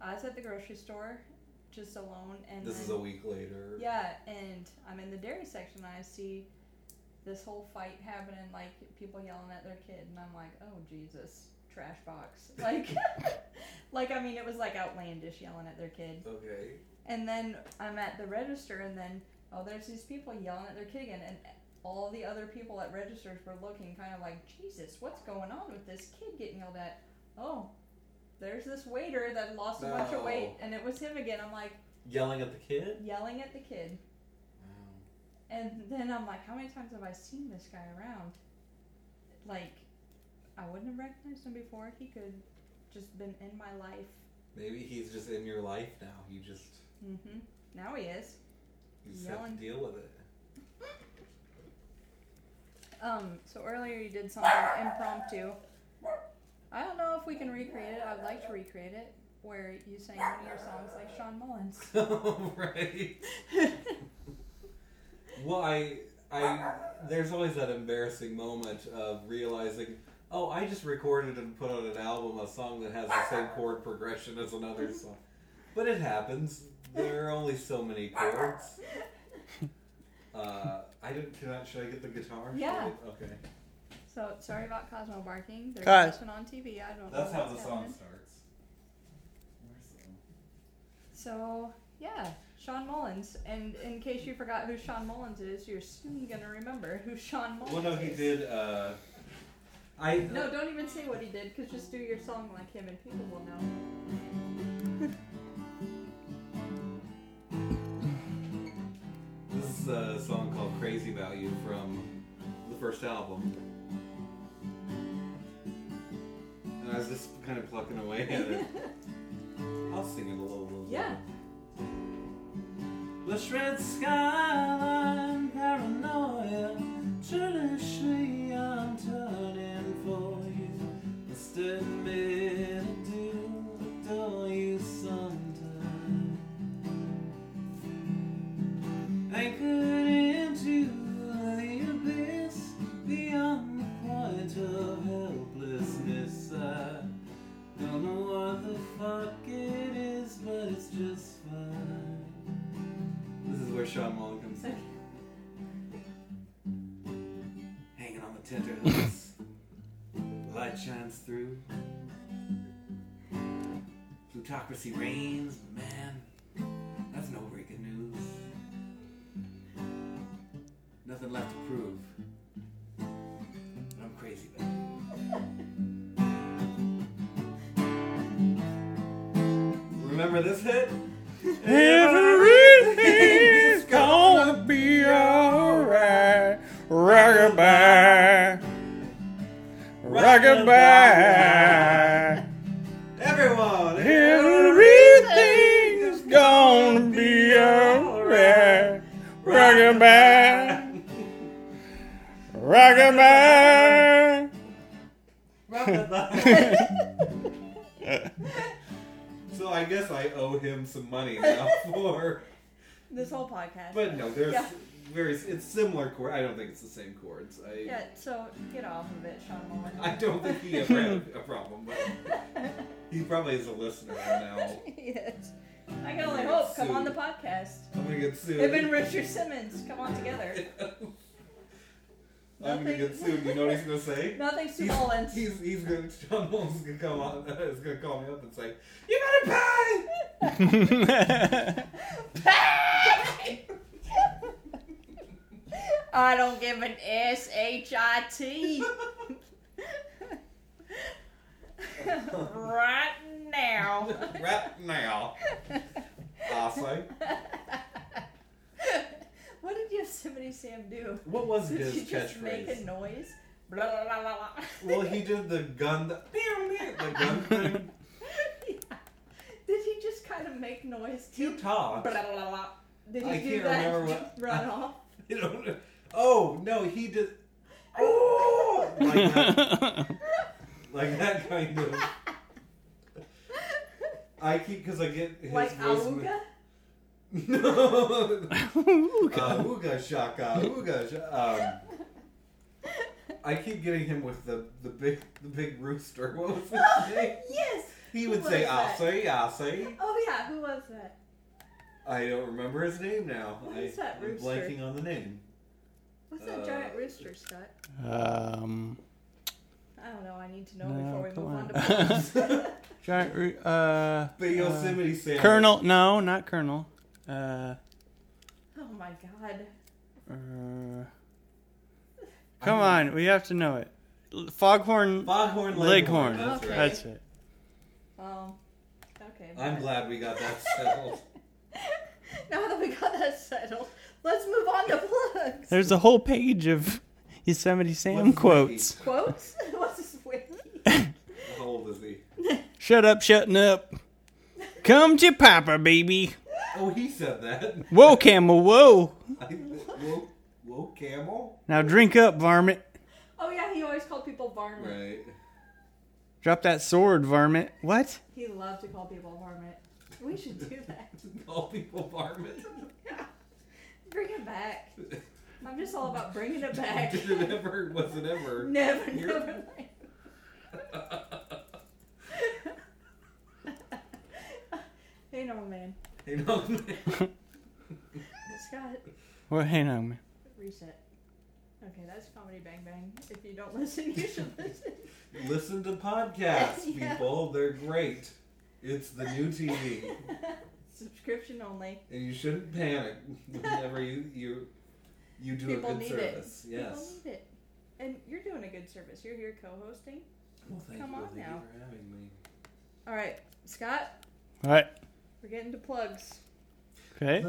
I was at the grocery store, just alone, and This then, is a week later. Yeah, and I'm in the dairy section and I see this whole fight happening, like people yelling at their kid, and I'm like, oh Jesus, trash box. Like, like I mean, it was like outlandish yelling at their kid. Okay. And then I'm at the register, and then oh, there's these people yelling at their kid again, and all the other people at registers were looking kind of like, Jesus, what's going on with this kid getting yelled at? Oh, there's this waiter that lost a bunch of weight, No. and it was him again. I'm like Yelling at the kid. yelling at the kid. And then I'm like, how many times have I seen this guy around? Like, I wouldn't have recognized him before. He could just been in my life. Maybe he's just in your life now. You just hmm Now he is. you just have to Yelling. deal with it. Um, so earlier you did something impromptu. I don't know if we can recreate it. I'd like to recreate it where you sang one of your songs like Sean Mullins. right. well, I, I, there's always that embarrassing moment of realizing, oh, I just recorded and put on an album a song that has the same chord progression as another song. But it happens. There are only so many chords. Uh, I didn't. Can I, should I get the guitar? Should Yeah. I- okay. So sorry about Cosmo barking. There's Guys. nothing on TV. I don't That's know. how the what's song happening. starts. Where's the- So yeah, Sean Mullins. And in case you forgot who Sean Mullins is, you're soon gonna remember who Sean Mullins Well, no, is. he did. Uh, I No, don't even say what he did, cause just do your song like him, and people will know. This is a song called Crazy About You from the first album. And I was just kind of plucking away at it. I'll sing it a little. little Yeah. the shred skyline paranoia Traditionally I'm turning for you Instead me to do adore you sometime Anchored into the abyss Beyond the point of helplessness I don't know what the fuck it is But it's just fine this is where Sean Mullen comes in. Hanging on the tender hooks. Light shines through. Plutocracy reigns, but man, that's no breaking news. Nothing left to prove. But I'm crazy about it. remember this hit? Everything's gonna be alright. Rockabye. Rockabye. Everyone, Everything's gonna be alright. Rockabye. Rockabye. so I guess I owe him some money now for. This whole podcast. But no, there's Yeah. very it's similar chord. I don't think it's the same chords. I yeah, so get off of it, Sean Mullen. I don't think he ever had a problem, but he probably is a listener now. yes. I can only hope. Come on the podcast. I'm gonna get sued. Him and Richard Simmons, come on together. I'm gonna get sued. You know what he's gonna say? Nothing Sue He's- Mullins. He's, he's gonna John Mullins gonna come on. Is gonna call me up and say, "You better pay." I don't give an S H I T. right now. right now. I say, What did Yosemite Sam do? what was Did his he just make a catchphrase? noise? Blah, blah, blah, blah, blah. Well, he did the gun, the, the gun thing. Did he just kind of make noise? You too? talk. Blah, blah, blah, blah. Did he I do can't that? remember and what- just Run off. You know, oh no, he did. Oh, like that, like that kind of. I keep because I get his Like voice. Auga? No. Uh, ooga shaka, ooga shaka. Um, I keep getting him with the, the big the big rooster. What was his name? Yes. He Who would say, was "I that? say, I say." Oh yeah, who was that? I don't remember his name now. What I, is that I'm rooster? blanking on the name. What's that Uh, giant rooster, Scott? Um, I don't know. I need to know No, before we come move on on. to Bones. giant. Ro- uh, The Yosemite Sam. Colonel. No, not Colonel. Uh, oh my god. uh, come on, we have to know it. L- Foghorn Foghorn Leghorn. Leghorn. That's Okay. right. That's it. Well, Um, okay. I'm but- glad we got that settled. Now that we got that settled, let's move on to plugs. There's a whole page of Yosemite Sam What's quotes. Quotes? What's this wiki? How old is he? Shut up, shutting up. Come to Papa, baby. Oh, he said that. Whoa, camel, whoa. I, whoa, whoa, camel. Now drink up, varmint. Oh yeah, he always called people varmint. Right. Drop that sword, varmint. What? He loved to call people varmint. We should do that. All people varmint. Bring it back. I'm just all about bringing it back. Did it ever? Was it ever? Never, never. hey, no man. You know, Scott, Well, hang on. man. reset. Okay, that's comedy bang bang. If you don't listen, you should listen. listen to podcasts, Yeah. people. They're great. It's the new TV, Subscription only. and you shouldn't panic whenever you you you do People a good need service. it. Yes. People need it. And you're doing a good service. You're here co-hosting. Well, thank Come you. on thank now. you for having me. All right, Scott, All right. we're getting to plugs. Okay.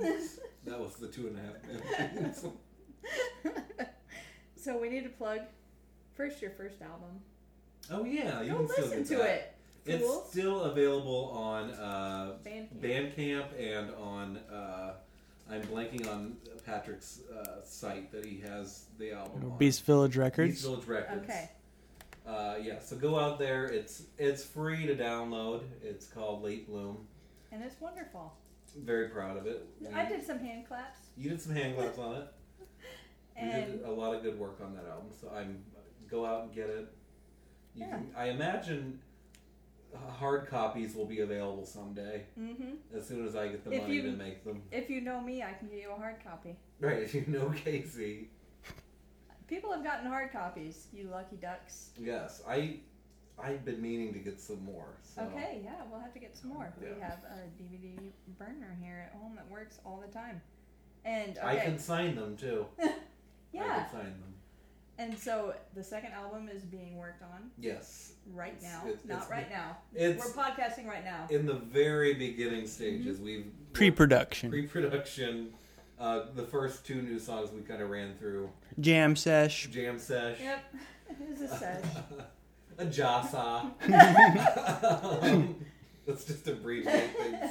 That was the two and a half minutes. so we need to plug first your first album. Oh yeah, you Go can still listen get to that. it. It's Cool. still available on uh, Bandcamp. Bandcamp and on uh, I'm blanking on Patrick's uh, site that he has the album on. Beast Village Beast Records. Village Records. Okay. Uh, yeah, so go out there. It's it's free to download. It's called Late Bloom. And it's wonderful. Very proud of it. We- I did some hand claps. You did some hand claps on it. you And did a lot of good work on that album. So I'm go out and get it. You Yeah. can, I imagine uh, hard copies will be available someday hmm as soon as I get the If money you- to make them. if you know me, I can get you a hard copy. Right, if you know Casey. People have gotten hard copies, you lucky ducks. Yes, I I've been meaning to get some more. So. Okay, yeah, we'll have to get some more. We Yeah. have a DVD burner here at home that works all the time. And okay, I can sign them too. I yeah, can sign them. And so the second album is being worked on Yes. right now. It's- it's- Not right now. It's- We're Mm-hmm. podcasting right now. In the very beginning stages, we've Pre-production, pre-production. Uh, the first two new songs we kind of ran through jam sesh. jam sesh, Yep. It is a sesh. a jasa. um, that's just abbreviate things. Yeah,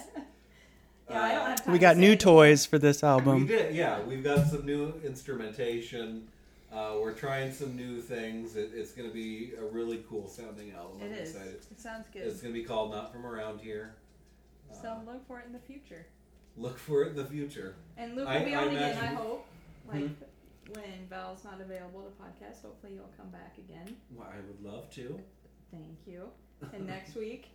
I don't have time We to got say new it. toys for this We album. did, yeah. We've got some new instrumentation. Uh, we're trying some new things. It, it's going to be a really cool sounding album. It I'm is. excited. It sounds It's good. going to be called Not From Around Here. So look for it in the future. Look for it in the future. And Luke will I- be I on again, I imagine- Mm-hmm. hope. Like when Val's not available to podcast, hopefully you'll come back again. Well, I would love to. Thank you. And next week,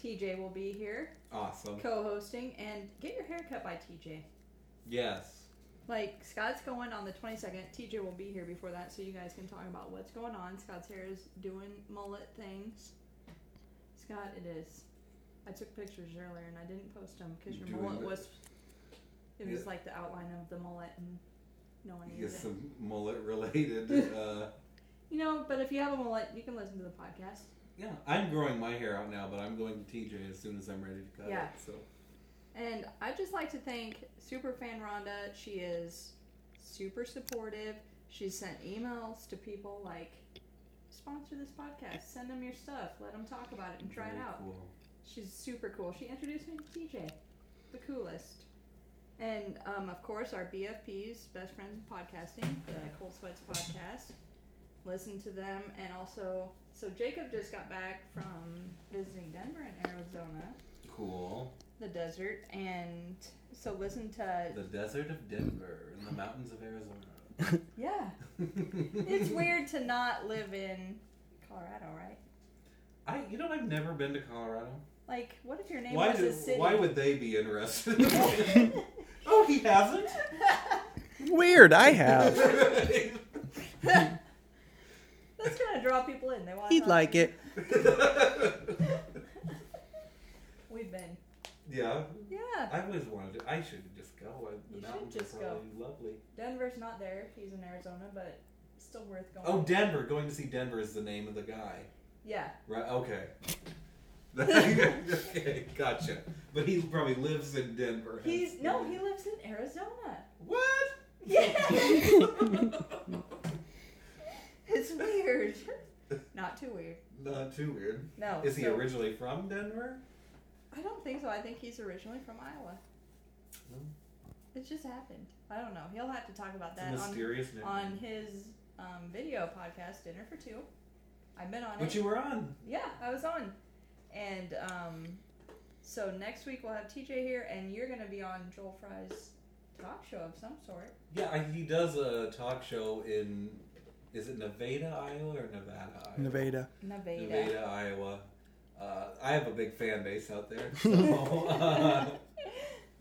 TJ will be here Awesome. co-hosting. And get your hair cut by TJ. Yes. Like Scott's going on the 22nd. TJ will be here before that, so you guys can talk about what's going on. Scott's hair is doing mullet things. Scott, it is. I took pictures earlier and I didn't post them because your Doing mullet the- was. It was Yeah. like the outline of the mullet, and no one Get used it. some mullet related. Uh, You know, but if you have a mullet, you can listen to the podcast. yeah, I'm growing my hair out now, but I'm going to TJ as soon as I'm ready to cut Yeah. it. So And I'd just like to thank Superfan Rhonda. She is super supportive. She's sent emails to people like, sponsor this podcast, send them your stuff, let them talk about it and try it very out. Cool. She's super cool. She introduced me to TJ, the coolest. And um, of course, our BFPs, Best Friends in Podcasting, the Cold Sweats podcast. Listen to them. And also, so Jacob just got back from visiting Denver and Arizona, Cool. the desert. And so, listen to. The desert of Denver and the mountains of Arizona. Yeah. It's weird to not live in Colorado, right? I, you know, I've never been to Colorado. Like, what if your name Why was do, a city? Why would they be interested? oh, he hasn't. Weird, I have. That's going to draw people in. They want He'd like it. We've been. yeah, Yeah. I always wanted to. I should just go. I- The You should mountains just are go. probably lovely. Denver's not there. He's in Arizona, but it's still worth going. Oh, Denver. Going to see Denver is the name of the guy. yeah. Right. Okay. okay. Gotcha. But he probably lives in Denver. He's no, he lives in Arizona. What? Yeah. it's weird. Not too weird. Not too weird. No. Is he so- originally from Denver? I don't think so. I think he's originally from Iowa. No. It just happened. I don't know. He'll have to talk about It's a that on, mysterious name. on his um, video podcast, Dinner for Two. I've been on it. But you were on. Yeah, I was on. And um, so next week we'll have TJ here, and you're going to be on Joel Fry's talk show of some sort. Yeah, I, he does a talk show in. Is it Nevada, Iowa, or Nevada, Iowa? Nevada. Nevada. Nevada, Iowa. Uh, I have a big fan base out there, so uh,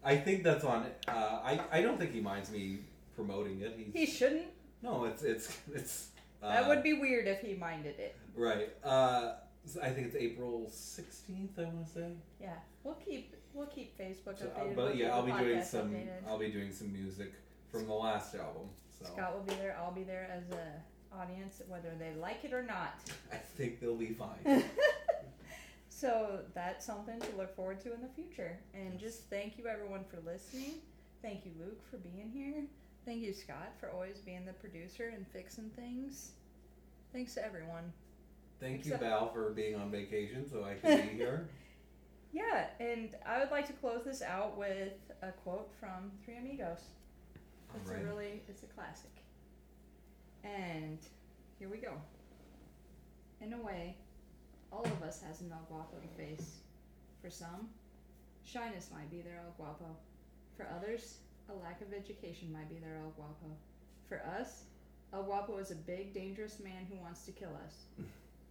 I think that's on. Uh, I I don't think he minds me promoting it. He's, He shouldn't. no, it's it's it's. Uh, that would be weird if he minded it. right. Uh, so I think it's April sixteenth. I want to say. Yeah, we'll keep we'll keep Facebook So, uh, updated. we'll but keep yeah, I'll the be doing podcast some. updated. I'll be doing some music from the last album. So Scott will be there. I'll be there as a audience, whether they like it or not. I think they'll be fine. So that's something to look forward to in the future. And just thank you everyone for listening. Thank you Luke for being here. Thank you Scott for always being the producer and fixing things. Thanks to everyone. Thank you, Except- Val, for being on vacation so I can be here. Yeah, and I would like to close this out with a quote from Three Amigos. It's a Alright. really it's a classic. And here we go. In a way, all of us has an El Guapo face. For some, shyness might be their El Guapo. For others, a lack of education might be their El Guapo. For us, El Guapo is a big, dangerous man who wants to kill us.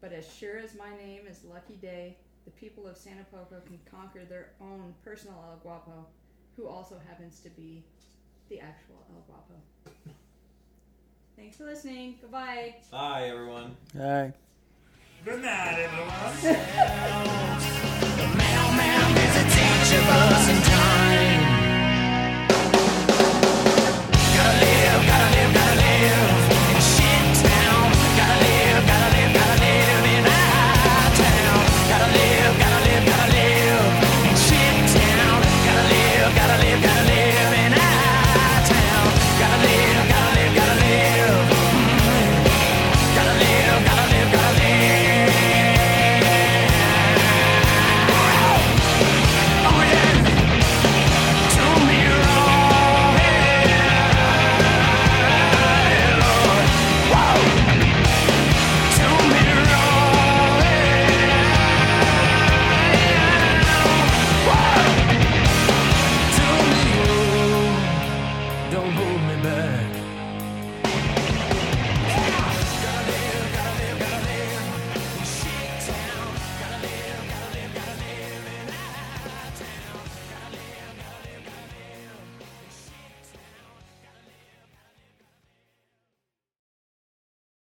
But as sure as my name is Lucky Day, the people of Santa Poco can conquer their own personal El Guapo, who also happens to be the actual El Guapo. Thanks for listening. Goodbye. Bye, everyone. Hi. Good night, everyone. Teacher bus and